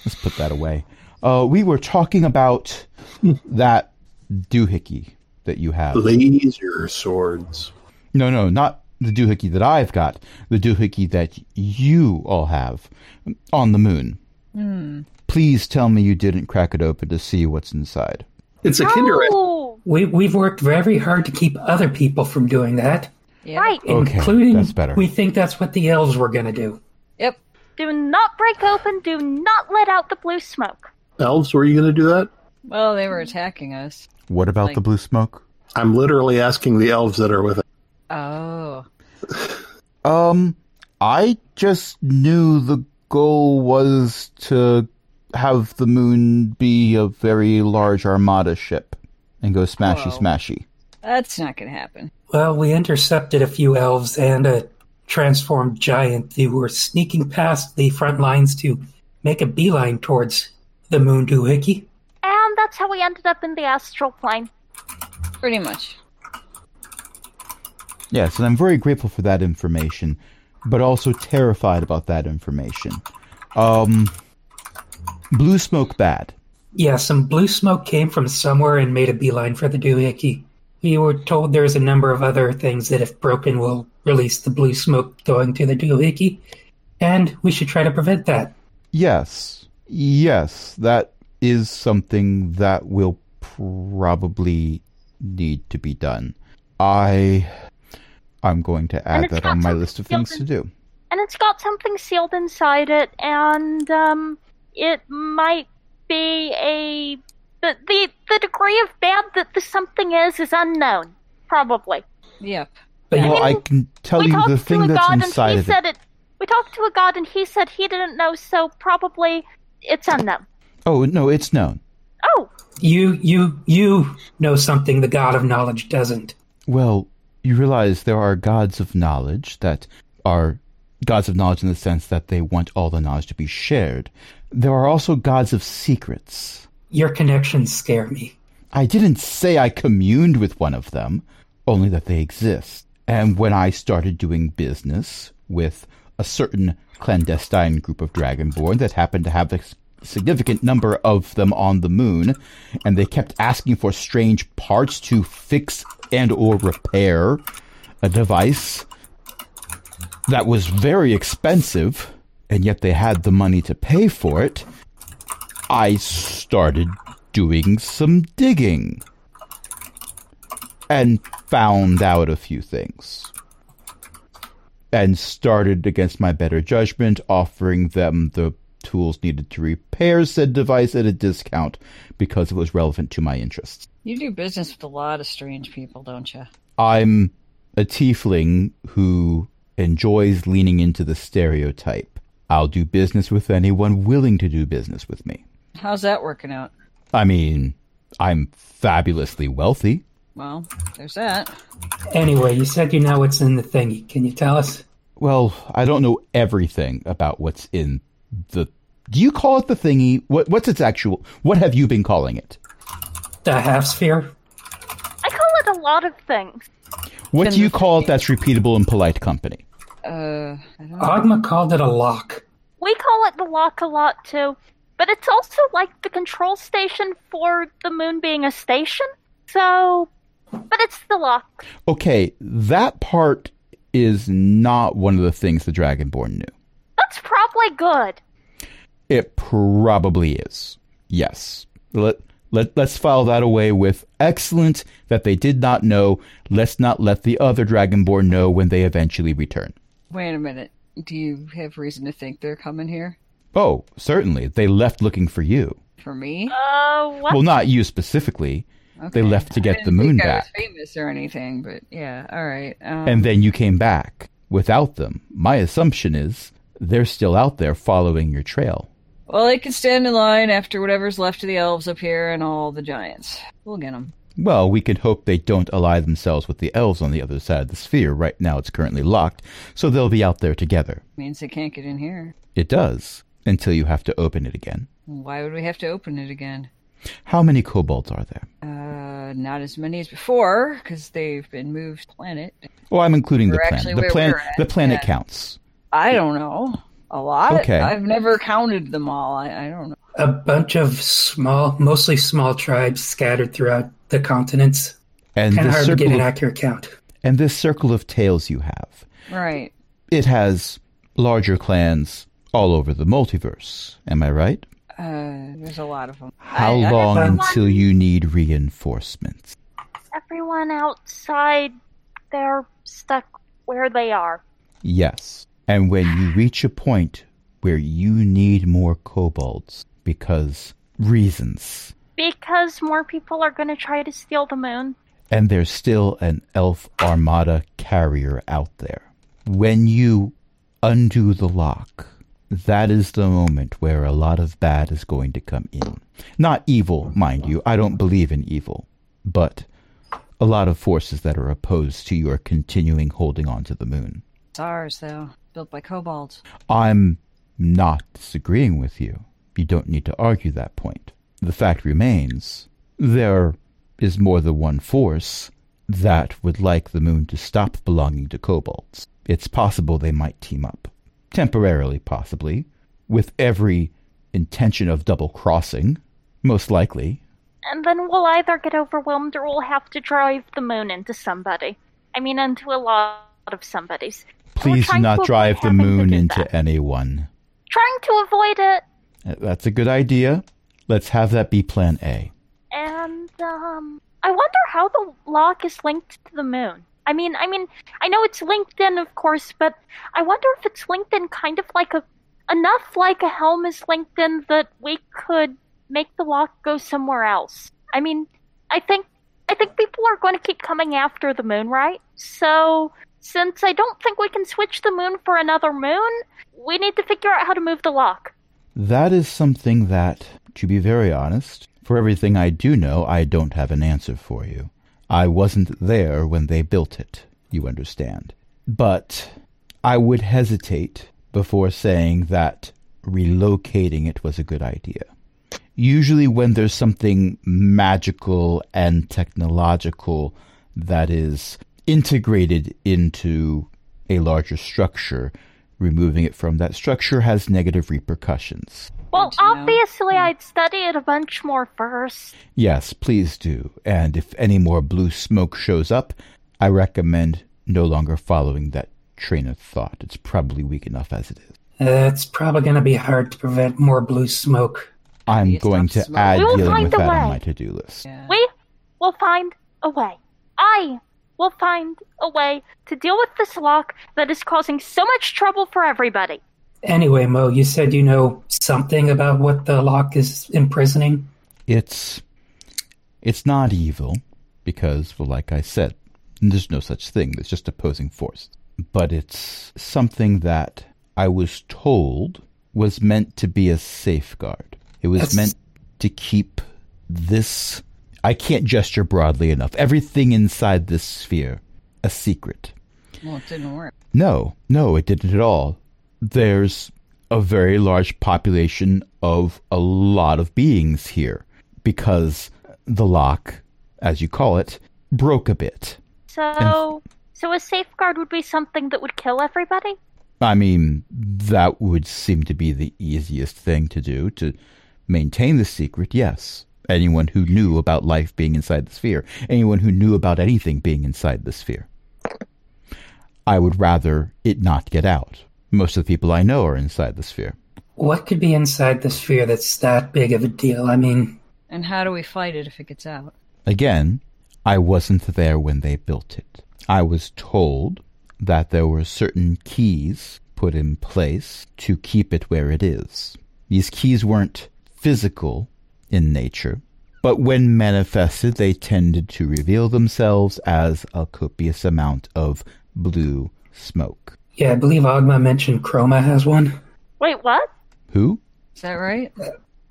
A: Let's put that away. Uh we were talking about that doohickey that you have.
D: Laser swords.
A: No, no, not the doohickey that I've got. The doohickey that you all have on the moon. Please tell me you didn't crack it open to see what's inside.
D: It's a Kinder Egg.
B: Oh,
E: We, we've worked very hard to keep other people from doing that,
C: Yeah.
B: right.
A: Okay,
E: including
A: that's better.
E: we think that's what the elves were going to do.
C: Yep.
B: Do not break open. Do not let out the blue smoke.
D: Elves, were you going to do that?
C: Well, they were attacking us.
A: What about the blue smoke?
D: I'm literally asking the elves that are with it.
C: Oh.
A: Um, I just knew the goal was to have the moon be a very large armada ship and go smashy
C: Whoa.
A: smashy.
C: That's not going to happen.
E: Well, we intercepted a few elves and a transformed giant who were sneaking past the front lines to make a beeline towards the moon doohickey.
B: And that's how we ended up in the astral plane.
C: Pretty much.
A: Yes, and I'm very grateful for that information, but also terrified about that information. Um, blue smoke bad.
E: Yeah, some blue smoke came from somewhere and made a beeline for the doohickey. We were told there's a number of other things that, if broken, will release the blue smoke going to the doohickey, and we should try to prevent that.
A: Yes, yes, that is something that will probably need to be done. I, I'm going to add
B: And it's
A: that
B: got
A: on my
B: something
A: list of
B: sealed
A: things
B: in.
A: to do.
B: And it's got something sealed inside it, and um, it might be a. The, the, the degree of bad that the something is is unknown, probably.
C: Yep.
E: But
A: Well, I can tell
B: we
A: you
B: talked
A: the
B: to
A: thing
B: a
A: that's
B: god and
A: inside
B: he
A: of it.
B: said it. We talked to a god and he said he didn't know, so probably it's unknown.
A: Oh no, it's known.
B: Oh,
E: you, you, you know something the god of knowledge doesn't.
A: Well, you realize there are gods of knowledge that are gods of knowledge in the sense that they want all the knowledge to be shared. There are also gods of secrets.
E: Your connections scare me.
A: I didn't say I communed with one of them, only that they exist. And when I started doing business with a certain clandestine group of Dragonborn that happened to have a s- significant number of them on the moon, and they kept asking for strange parts to fix and or repair a device that was very expensive, and yet they had the money to pay for it, I started doing some digging and found out a few things. And started against my better judgment, offering them the tools needed to repair said device at a discount because it was relevant to my interests.
C: You do business with a lot of strange people, don't you?
A: I'm a tiefling who enjoys leaning into the stereotype. I'll do business with anyone willing to do business with me.
C: How's that working out?
A: I mean, I'm fabulously wealthy.
C: Well, there's that.
E: Anyway, you said you know what's in the thingy. Can you tell us?
A: Well, I don't know everything about what's in the. Do you call it the thingy? What What's its actual? What have you been calling it?
E: The half sphere?
B: I call it a lot of things.
A: What
C: Been
A: do you
C: the
A: call it that's repeatable in polite company?
C: Uh, I don't know.
E: Ogma called it a lock.
B: We call it the lock a lot too, but it's also like the control station for the moon being a station. So, but it's the lock.
A: Okay, that part is not one of the things the Dragonborn knew.
B: That's probably good.
A: It probably is. Yes. Let, let, let's file that away with excellent that they did not know. Let's not let the other Dragonborn know when they eventually return.
C: Wait a minute. Do you have reason to think they're coming here?
A: Oh, certainly. They left looking for you.
C: For me?
B: Uh, what?
A: Well, not you specifically. They
C: Okay.
A: left to
C: I
A: get
C: didn't
A: the moon
C: think I was
A: back.
C: famous or anything, but yeah, all right. Um,
A: And then you came back without them. My assumption is they're still out there following your trail.
C: well, they can stand in line after whatever's left of the elves up here and all the giants. We'll get them.
A: Well, we can hope they don't ally themselves with the elves on the other side of the sphere. Right now it's currently locked, so they'll be out there together.
C: Means they can't get in here.
A: It does, until you have to open it again.
C: Why would we have to open it again?
A: How many kobolds are there?
C: Uh, not as many as before because they've been moved planet.
A: Oh, I'm including the
C: We're
A: planet.
C: actually
A: The
C: where
A: planet,
C: we're at,
A: the planet
C: yeah.
A: counts.
C: I don't know. A lot.
A: Okay.
C: I've never counted them all. I, I don't know.
E: A bunch of small, mostly small tribes scattered throughout the continents.
A: And
E: Kind of
A: this
E: hard to get
A: circle,
E: an
A: of,
E: accurate count.
A: and this circle of tails you have,
C: Right.
A: it has larger clans all over the multiverse. Am I right?
C: Uh, there's a lot of them.
A: How
C: I- I-
A: long
E: don't-
A: until you need reinforcements?
B: Is everyone outside, they're stuck where they are.
A: Yes. And when you reach a point where you need more kobolds because reasons,
B: Because more people are going to try to steal the moon.
A: and there's still an elf armada carrier out there, when you undo the lock, that is the moment where a lot of bad is going to come in. Not evil, mind you. I don't believe in evil, but a lot of forces that are opposed to your continuing holding on to the moon.
C: It's ours, though. Built by kobolds.
A: I'm not disagreeing with you. You don't need to argue that point. The fact remains there is more than one force that would like the moon to stop belonging to kobolds. It's possible they might team up. Temporarily, possibly. With every intention of double crossing, most likely.
B: And then we'll either get overwhelmed or we'll have to drive the moon into somebody. I mean, into a lot of somebodies. And we're
A: Please do
B: trying to
A: not
B: avoid
A: drive the
B: having to
A: moon
B: do
A: into
B: that.
A: anyone.
B: Trying to avoid it,
A: That's a good idea. Let's have that be plan A.
B: and um, I wonder how the lock is linked to the moon. I mean, I mean, I know it's linked in, of course, but I wonder if it's linked in kind of like a enough like a helm is linked in that we could make the lock go somewhere else. I mean, I think I think people are going to keep coming after the moon, right? So since I don't think we can switch the moon for another moon, we need to figure out how to move the lock.
A: That is something that, to be very honest, for everything I do know, I don't have an answer for you. I wasn't there when they built it, you understand. But I would hesitate before saying that relocating it was a good idea. Usually, when there's something magical and technological that is integrated into a larger structure, removing it from that structure has negative repercussions.
B: Well,
C: Good to know.
B: obviously, I'd study it a bunch more first.
A: Yes, please do. And if any more blue smoke shows up, I recommend no longer following that train of thought. It's probably weak enough as it is.
E: Uh, it's probably going to be hard to prevent more blue smoke.
A: I'm
C: you
A: going
C: stop
A: to
C: smoking?
A: add
B: We'll
A: dealing
B: find
A: with
B: a
A: that on
B: way.
A: my to do list.
C: Yeah.
B: We will find a way. I will find a way to deal with this lock that is causing so much trouble for everybody.
E: Anyway, Mo, you said you know something about what the lock is imprisoning.
A: It's it's not evil because, well, like I said, there's no such thing. There's just opposing force. But it's something that I was told was meant to be a safeguard. It was
E: That's-
A: meant to keep this. I can't gesture broadly enough. Everything inside this sphere a secret.
C: Well, it didn't work.
A: No, no, it didn't at all. There's a very large population of a lot of beings here because the lock, as you call it, broke a bit.
B: So, so a safeguard would be something that would kill everybody.
A: I mean, that would seem to be the easiest thing to do to maintain the secret, yes. Anyone who knew about life being inside the sphere, anyone who knew about anything being inside the sphere. I would rather it not get out. Most of the people I know are inside the sphere.
E: What could be inside the sphere that's that big of a deal? I mean,
C: And how do we fight it if it gets out?
A: Again, I wasn't there when they built it. I was told that there were certain keys put in place to keep it where it is. These keys weren't physical in nature, but when manifested, they tended to reveal themselves as a copious amount of blue smoke.
E: Yeah, I believe Agma mentioned Chroma has one.
B: Wait, what?
A: Who?
C: Is that right?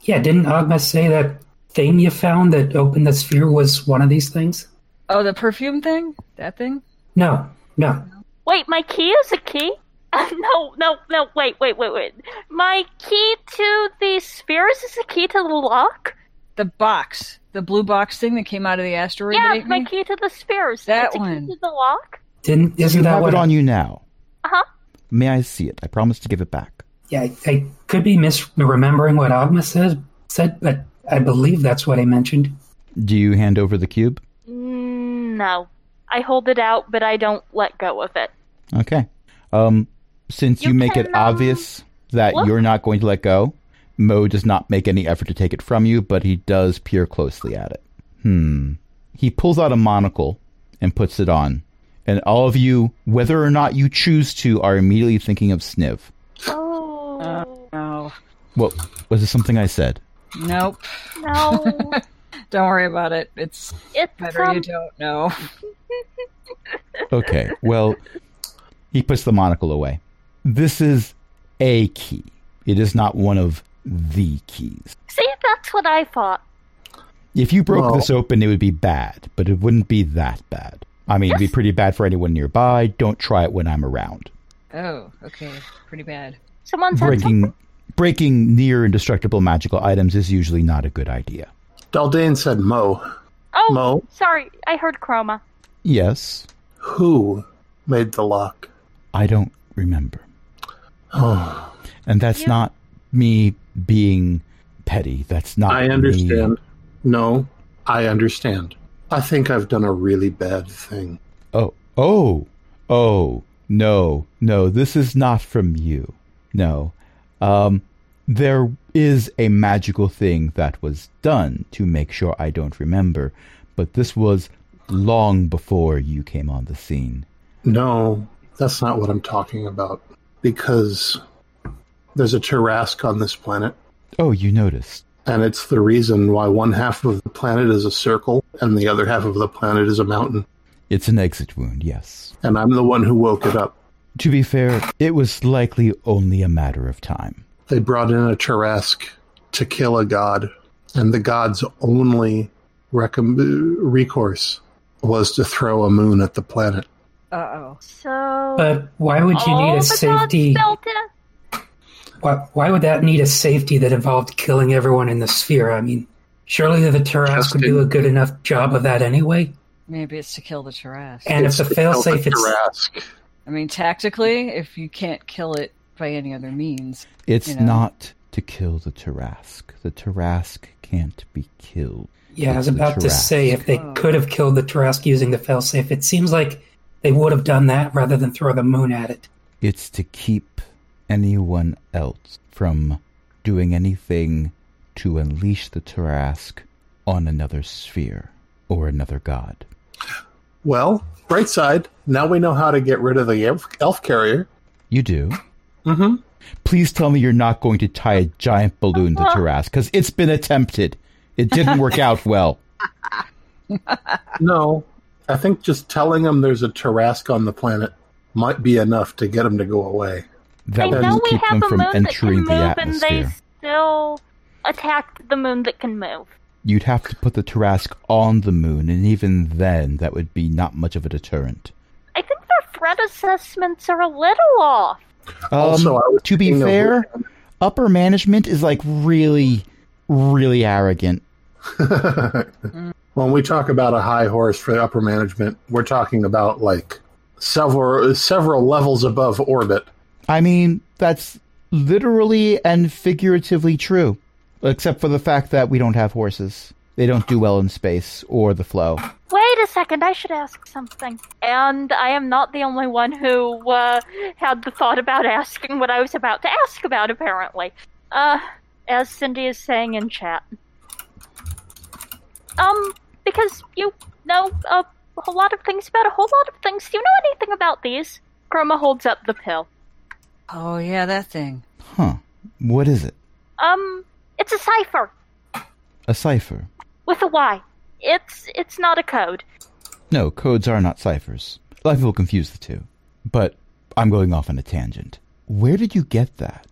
E: Yeah, didn't Agma say that thing you found that opened the sphere was one of these things?
C: Oh, the perfume thing? That thing?
E: No, no.
B: Wait, my key is a key? (laughs) Uh, no, no, no, wait, wait, wait, wait. My key to the spheres is a key to the lock?
C: The box. The blue box thing that came out of the asteroid. that
B: Yeah,
C: ate
B: my
C: me?
B: key to the spheres.
C: That
B: it's a
C: one.
B: Key to the lock?
E: Didn't isn't
A: You
E: that
A: have
E: what
A: it on you now.
B: Uh huh.
A: May I see it? I promise to give it back.
E: Yeah, I, I could be misremembering what Agma says said, but I believe that's what I mentioned.
A: Do you hand over the cube?
B: Mm, No. I hold it out, but I don't let go of it.
A: Okay. Um, since you,
B: You
A: make it
B: can, um,
A: obvious that
B: look.
A: you're not going to let go, Mo does not make any effort to take it from you, but he does peer closely at it. Hmm. He pulls out a monocle and puts it on. And all of you, whether or not you choose to, are immediately thinking of Sniv.
B: Oh.
C: No.
A: What was it something I said?
C: Nope.
E: (laughs)
B: no.
C: Don't worry about it. It's
B: It's
C: better you
B: um,
C: don't know.
A: Okay. Well, he puts the monocle away. This is a key. It is not one of the keys.
B: See, that's what I thought.
A: If you broke
D: Well-
A: this open, it would be bad, but it wouldn't be that bad. I mean, it'd be pretty bad for anyone nearby. Don't try it when I'm around.
C: Oh, okay. Pretty bad.
B: Someone said something.
A: Breaking breaking near indestructible magical items is usually not a good idea.
D: Daldane said Mo.
B: Oh,
D: Mo,
B: sorry, I heard Chroma.
A: Yes,
D: who made the lock?
A: I don't remember.
D: Oh,
A: And that's
B: You-
A: not me being petty. That's not
D: I
A: me-
D: understand. No, I understand. I think I've done a really bad thing.
A: Oh, oh, oh, no, no, this is not from you. No. Um, there is a magical thing that was done to make sure I don't remember, but this was long before you came on the scene.
D: No, that's not what I'm talking about. Because there's a Chirask on this planet,
A: Oh, you noticed.
D: and it's the reason why one half of the planet is a circle and the other half of the planet is a mountain.
A: It's an exit wound, yes.
D: And I'm the one who woke it up.
A: To be fair, it was likely only a matter of time.
D: They brought in a Chirask to kill a god, and the god's only recom- recourse was to throw a moon at the planet.
C: Uh oh.
B: So. oh,
E: But why would you
B: all
E: need a
B: the
E: safety?
B: gods felt it.
E: Why, why would that need a safety that involved killing everyone in the sphere? I mean, surely the Terras
D: Just
E: could
D: to-
E: do a good enough job of that anyway.
C: Maybe it's to kill the Taras.
E: And if the
D: to kill the
E: failsafe, it's
D: Chirask.
C: I mean, tactically, if you can't kill it by any other means,
A: It's
C: You know.
A: not to kill the Tarask. The Tarask can't be killed.
E: yeah, I was
A: it's the
E: about to say
A: Tarrasque.
E: if they
C: Oh.
E: could have killed the Terras using the failsafe, it seems like they would have done that rather than throw the moon at it.
A: It's to keep anyone else from doing anything to unleash the Tarask on another sphere or another god.
D: Well, bright side. Now we know how to get rid of the elf, elf carrier.
A: You do?
D: Mm-hmm.
A: Please tell me you're not going to tie a giant balloon
B: (laughs)
A: to Tarask, because it's been attempted. It didn't work out well.
D: No, I think just telling them there's a Tarask on the planet might be enough to get them to go away.
A: That
B: I
D: would
B: know
A: will
D: just
B: we
A: keep
B: have
A: them
B: a
A: from
B: moon that
A: entering
B: can
A: the
B: move, and
A: atmosphere.
B: they still attacked the moon that can move.
A: You'd have to put the Tarask on the moon, and even then, that would be not much of a deterrent.
B: I think their threat assessments are a little off.
A: Um,
D: Also, I was
A: to be
D: thinking of-
A: fair, upper management is like really, really arrogant.
D: (laughs) when we talk about a high horse for upper management, we're talking about like several several levels above orbit.
A: I mean, that's literally and figuratively true, except for the fact that we don't have horses. They don't do well in space or the flow.
B: Wait a second, I should ask something. And I am not the only one who uh, had the thought about asking what I was about to ask about, apparently. Uh, as Cindy is saying in chat. Um, because you know a whole lot of things about a whole lot of things. Do you know anything about these? Chroma holds up the pill.
C: oh yeah, that thing.
A: Huh. What is it?
B: Um, it's a cipher.
A: A cipher.
B: with a Y. It's it's not a code.
A: No, codes are not ciphers. A lot of people confuse the two. But I'm going off on a tangent. Where did you get that?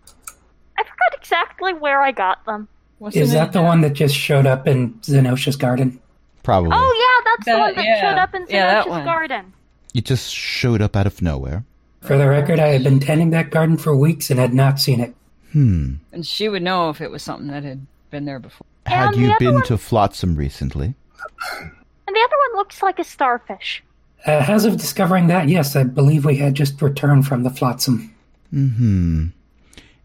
B: I forgot exactly where I got them.
C: What's
E: Is
C: name
E: that the
C: of
E: one that just showed up in Zenosha's garden?
A: Probably.
B: Oh yeah, that's
C: That-
B: the one that
C: yeah.
B: showed up in
C: Yeah, that
B: Zenosha's
C: one.
B: garden.
A: It just showed up out of nowhere.
E: For the record, I had been tending that garden for weeks and had not seen it.
A: Hmm.
C: And she would know if it was something that had been there before.
A: Had
B: And the
A: you
B: other
A: been
B: one-
A: to Flotsam recently?
B: And the other one looks like a starfish.
E: Uh, as of discovering that, yes, I believe we had just returned from the flotsam.
A: Hmm.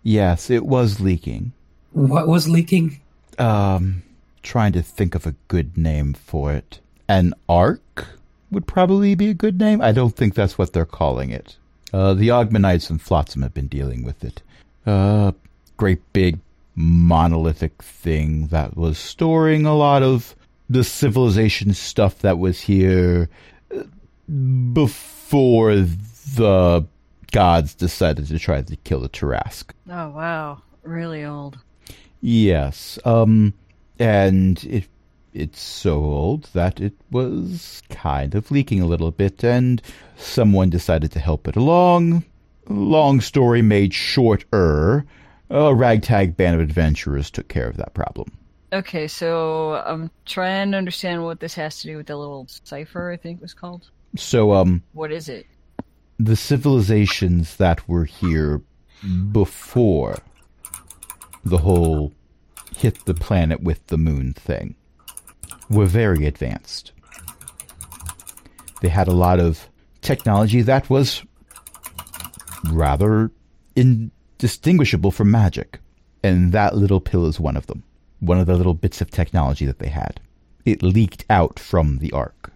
A: Yes, it was leaking.
E: What was leaking?
A: Um, trying to think of a good name for it. An arc would probably be a good name. I don't think that's what they're calling it. Uh, the Ogmanites and Flotsam have been dealing with it. Uh, great big monolithic thing that was storing a lot of the civilization stuff that was here uh, before the gods decided to try to kill the Tarask.
C: Oh wow, really old.
A: Yes. Um and it it's so old that it was kind of leaking a little bit and someone decided to help it along. Long story made shorter. A ragtag band of adventurers took care of that problem.
C: Okay, so I'm trying to understand what this has to do with the little cipher. I think it was called.
A: So um
C: What is it?
A: the civilizations that were here before the whole hit the planet with the moon thing were very advanced. They had a lot of technology that was rather indistinguishable from magic. And that little pill is one of them. One of the little bits of technology that they had. It leaked out from the ark.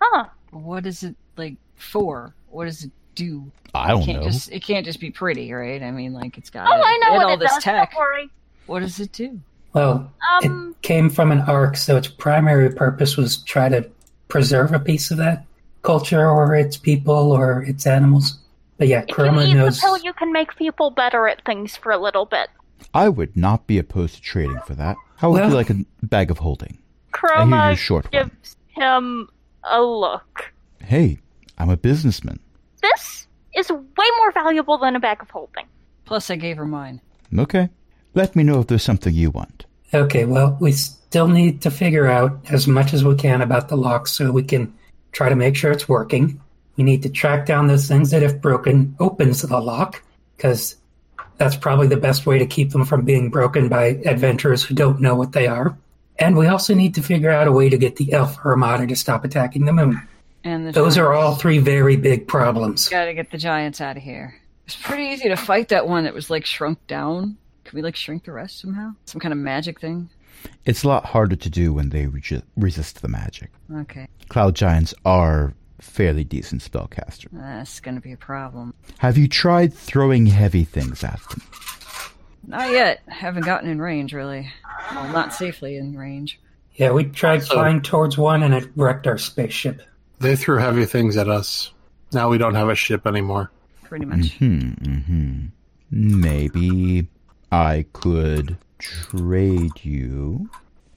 B: Huh.
C: What is it like for? What does it do?
A: I don't
C: can't
A: know.
C: just it can't just be pretty, right? I mean, like it's got
B: Oh, I know
C: in
B: what
C: all
B: it
C: this
B: does.
C: tech.
B: Don't worry.
C: What does it do?
E: Well,
B: Um,
E: it came from an ark, so its primary purpose was try to preserve a piece of that culture or its people or its animals. But yeah,
B: if you
E: Chroma
B: eat
E: knows.
B: the pill, you can make people better at things for a little bit.
A: I would not be opposed to trading for that. How would you
E: Well-
A: like a bag of holding? I hear you're
B: Chroma
A: short one.
B: gives him a look.
A: Hey, I'm a businessman.
B: This is way more valuable than a bag of holding.
C: Plus, I gave her mine.
A: Okay. Let me know if there's something you want.
E: Okay, well, we still need to figure out as much as we can about the lock so we can try to make sure it's working. We need to track down those things that, if broken, opens the lock, because that's probably the best way to keep them from being broken by adventurers who don't know what they are. And we also need to figure out a way to get the elf Armada to stop attacking the moon.
C: And the
E: Those are
C: (laughs)
E: all three very big problems.
C: Got to get the giants out of here. It's pretty easy to fight that one that was like shrunk down. Can we like shrink the rest somehow? Some kind of magic thing?
A: It's a lot harder to do when they regi- resist the magic.
C: Okay,
A: Cloud giants are fairly decent spellcaster.
C: that's gonna be a problem.
A: Have you tried throwing heavy things at them?
C: Not yet. Haven't gotten in range really. Well, not safely in range.
E: Yeah, we tried
D: So-
E: flying towards one and it wrecked our spaceship.
D: They threw heavy things at us. Now we don't have a ship anymore.
A: (laughs)
C: Pretty much.
A: Hmm. hmm Maybe I could trade you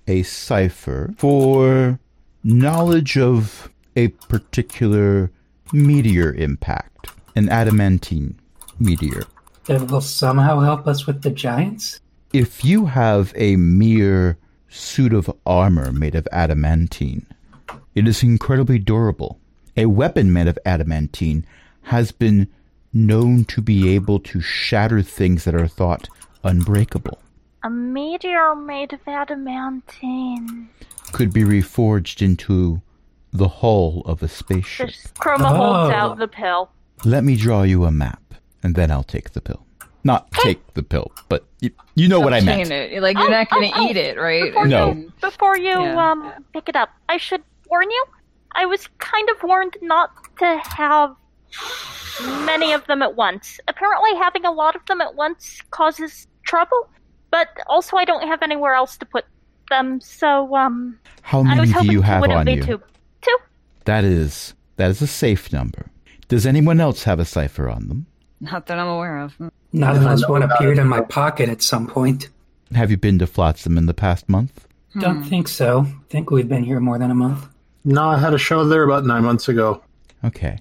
A: a cipher for knowledge of a particular meteor impact, an adamantine meteor.
E: That will somehow help us with the giants?
A: If you have a mere suit of armor made of adamantine, it is incredibly durable. A weapon made of adamantine has been known to be able to shatter things that are thought unbreakable.
B: A meteor made of adamantine.
A: Could be reforged into the hull of a spaceship.
B: Just Chroma holds
E: Oh.
B: out the pill.
A: Let me draw you a map, and then I'll take the pill. Not take the pill, but you, you know what I meant.
C: Obtain it. Like you're not
B: Oh,
C: gonna
B: oh, oh.
C: eat it, right?
B: Before
A: No.
B: you, before you
C: Yeah.
B: um, pick it up, I should warn you. I was kind of warned not to have many of them at once. Apparently, having a lot of them at once causes trouble, but also I don't have anywhere else to put them. So, um,
A: How
B: I was
A: many do
B: hoping
A: you have
B: wouldn't
A: on
B: be
A: you?
B: too. Two.
A: That is that is a safe number. Does anyone else have a cipher on them?
C: Not that I'm aware of.
E: Not unless one appeared in my pocket at some point.
A: Have you been to Flotsam in the past month?
E: Don't think so. think we've been here more than a month.
D: No, I had a show there about nine months ago.
A: Okay.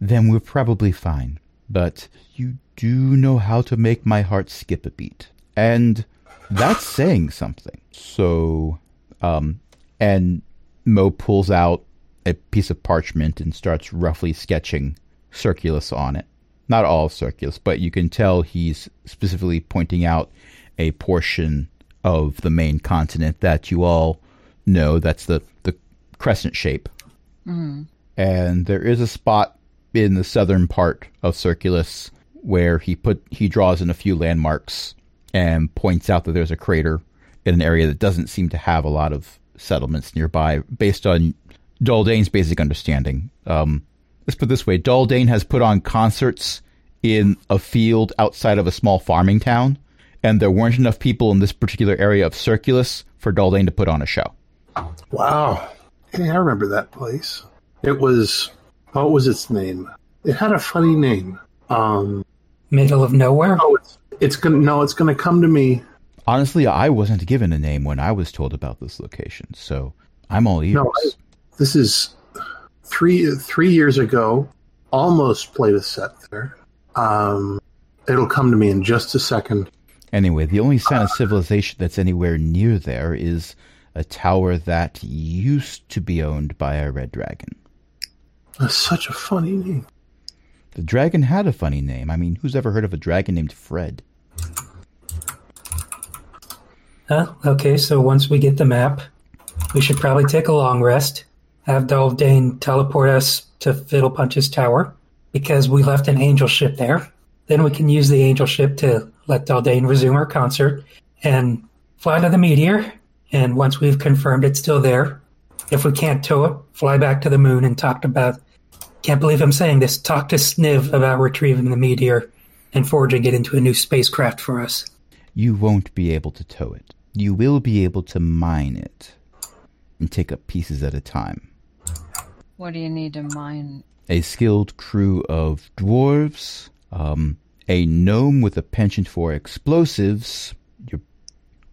A: Then we're probably fine. But you do know how to make my heart skip a beat. And that's saying something. So, um, and Mo pulls out a piece of parchment and starts roughly sketching circulus on it. Not all of circulus, but you can tell he's specifically pointing out a portion of the main continent that you all know. That's the, the crescent shape and there is a spot in the southern part of Circulus where he put he draws in a few landmarks and points out that there's a crater in an area that doesn't seem to have a lot of settlements nearby, based on Daldane's basic understanding. Um, let's put it this way: Daldane has put on concerts in a field outside of a small farming town, and there weren't enough people in this particular area of Circulus for Daldane to put on a show.
D: Wow. Hey, I remember that place. It was what was its name? It had a funny name. Um
E: Middle of nowhere?
D: oh it's it's gonna no, it's gonna come to me.
A: Honestly, I wasn't given a name when I was told about this location, so I'm all ears.
D: No, I, this is three three years ago. Almost played a set there. Um, it'll come to me in just a second.
A: Anyway, the only sign of civilization that's anywhere near there is a tower that used to be owned by a red dragon.
D: That's such a funny name.
A: The dragon had a funny name. I mean, who's ever heard of a dragon named Fred?
E: Huh? Okay, so once we get the map, we should probably take a long rest. Have Daldane teleport us to Fiddle Punch's tower because we left an angel ship there. Then we can use the angel ship to let Daldane resume our concert and fly to the meteor. And once we've confirmed it's still there, if we can't tow it, fly back to the moon and talk about. Can't believe I'm saying this. Talk to Sniv about retrieving the meteor and forging it into a new spacecraft for us.
A: You won't be able to tow it. You will be able to mine it and take up pieces at a time.
C: What do you need to mine?
A: a skilled crew of dwarves, um, a gnome with a penchant for explosives. You're,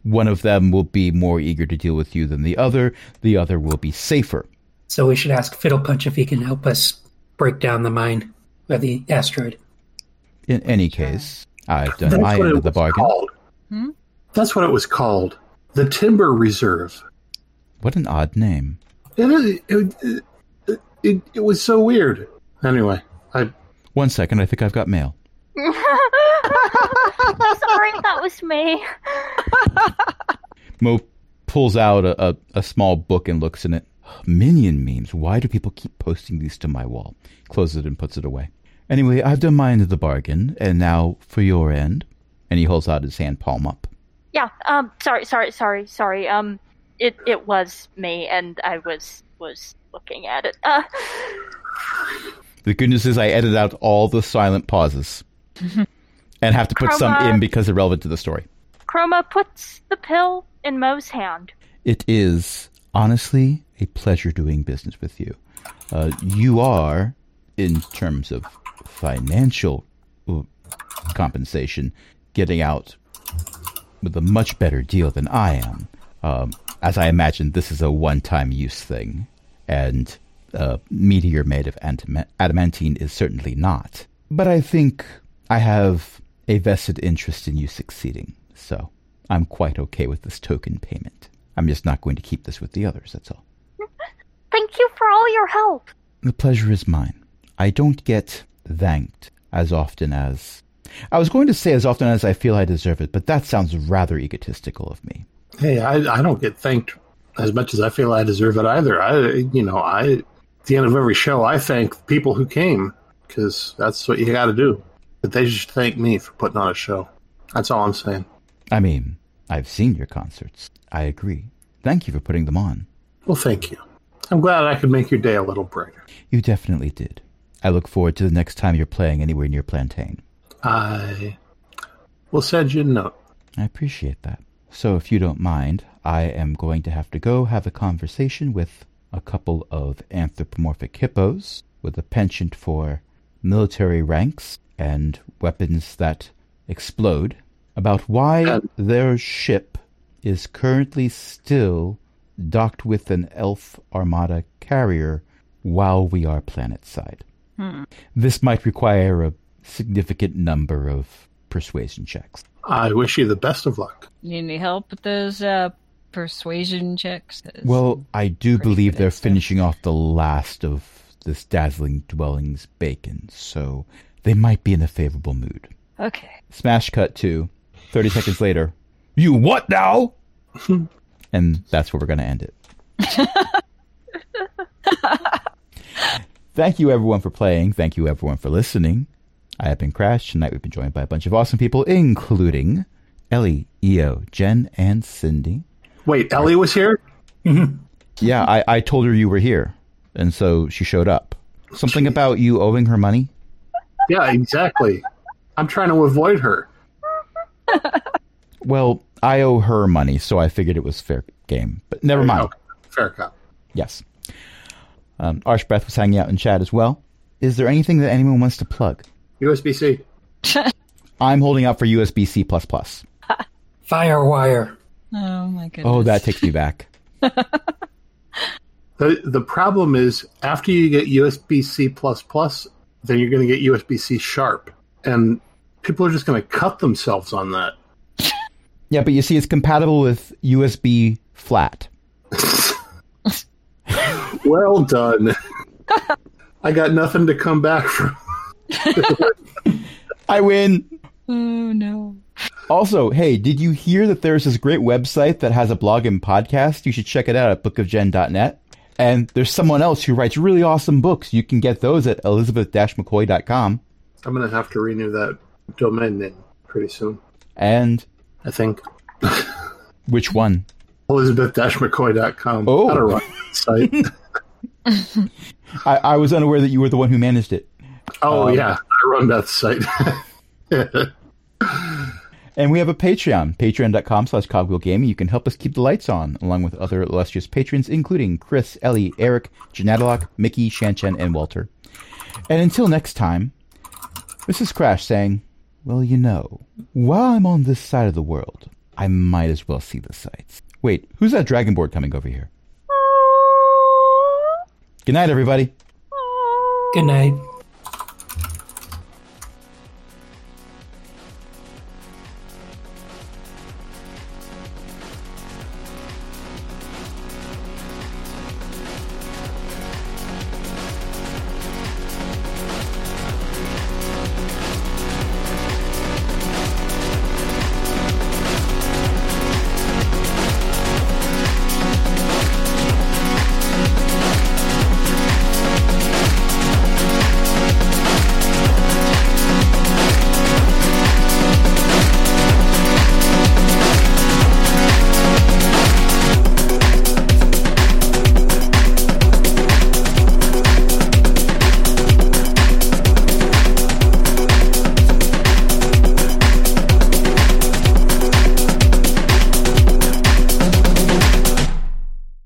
A: one of them will be more eager to deal with you than the other. The other will be safer.
E: So we should ask Fiddle Punch if he can help us break down the mine of the asteroid.
A: In any case, I've done my end of the bargain.
D: called.
C: Hmm?
D: That's what it was called. The Timber Reserve.
A: What an odd name.
D: It, it, it, it, it, it was so weird. Anyway, I
A: One second, I think I've got mail.
B: Sorry, (laughs) that was me.
A: Mo pulls out a, a, a small book and looks in it. Minion memes. Why do people keep posting these to my wall? Closes it and puts it away. Anyway, I've done my end of the bargain, and now for your end. And he holds out his hand palm up.
B: Yeah. Um. Sorry. Sorry. Sorry. Sorry. Um. It it was me, and I was was looking at it. Uh.
A: The good news is I edit out all the silent pauses and have to put some
B: Chroma.
A: in because they're relevant to the story.
B: Chroma puts the pill in Moe's hand.
A: It is honestly a pleasure doing business with you. Uh, you are, in terms of financial uh, compensation, getting out with a much better deal than I am. Um, as I imagine, this is a one time use thing, and a meteor made of antime- adamantine is certainly not. But I think I have a vested interest in you succeeding, so I'm quite okay with this token payment. I'm just not going to keep this with the others, that's all.
B: Thank you for all your help.
A: The pleasure is mine. I don't get thanked as often as. I was going to say as often as I feel I deserve it, but that sounds rather egotistical of me.
D: hey, I, I don't get thanked as much as I feel I deserve it either. I, you know, I at the end of every show, I thank people who came because that's what you got to do. But they should thank me for putting on a show. That's all I'm saying.
A: I mean, I've seen your concerts. I agree. Thank you for putting them on.
D: Well, thank you. I'm glad I could make your day a little brighter.
A: You definitely did. I look forward to the next time you're playing anywhere near Plantain.
D: I will send you a note.
A: I appreciate that. So, if you don't mind, I am going to have to go have a conversation with a couple of anthropomorphic hippos with a penchant for military ranks and weapons that explode about why
D: Uh,
A: their ship is currently still docked with an elf armada carrier while we are planetside. This might require a significant number of persuasion checks.
D: I wish you the best of luck.
C: You need any help with those uh, persuasion checks? 'Cause-
A: Well, I do
C: Pretty
A: believe
C: good
A: they're
C: at stuff.
A: finishing off the last of this dazzling dwelling's bacon, so they might be in a favorable mood.
C: okay.
A: Smash cut to 30 seconds later. You what now? and that's where we're going to end it. Thank you, everyone, for playing. Thank you, everyone, for listening. I have been Crash. Tonight we've been joined by a bunch of awesome people, including Ellie, Eo, Jen, and Cindy.
D: Wait, Ellie was here?
A: Yeah, I, I told her you were here, and so she showed up. Something about you owing her money?
D: Yeah, exactly. I'm trying to avoid her.
A: Well, I owe her money, so I figured it was fair game. But never mind.
D: Okay, fair cop.
A: Yes. Um, Arshbreath was hanging out in chat as well. Is there anything that anyone wants to plug?
D: USB C.
A: I'm holding out for USB C. Oh,
E: Firewire.
C: Oh my goodness.
A: that takes me back.
D: The, the problem is, after you get USB C, then you're going to get USB C sharp. And people are just going to cut themselves on that.
A: (laughs) Yeah, but you see, it's compatible with USB flat.
D: Well done. (laughs) I got nothing to come back from.
A: I win.
C: Oh no.
A: Also, hey, did you hear that there's this great website that has a blog and podcast? You should check it out at bookofgen.net. And there's someone else who writes really awesome books. You can get those at elizabeth-mccoy.com.
D: I'm going to have to renew that domain name pretty soon,
A: And
D: I think.
A: which one?
D: Elizabeth-McCoy.com.
A: Oh.
D: Not a rocket site.
A: I, I was unaware that you were the one who managed it.
D: Oh yeah, I run that site. (laughs)
A: And we have a Patreon, patreon.com slash cogwheelgaming. You can help us keep the lights on, along with other illustrious patrons, including Chris, Ellie, Eric, Janadalock, Mickey, Shanchen, and Walter. And until next time, this is Crash saying, Well, you know, while I'm on this side of the world, I might as well see the sights. Wait, who's that dragonboard coming over here? Good night, everybody.
E: Good night.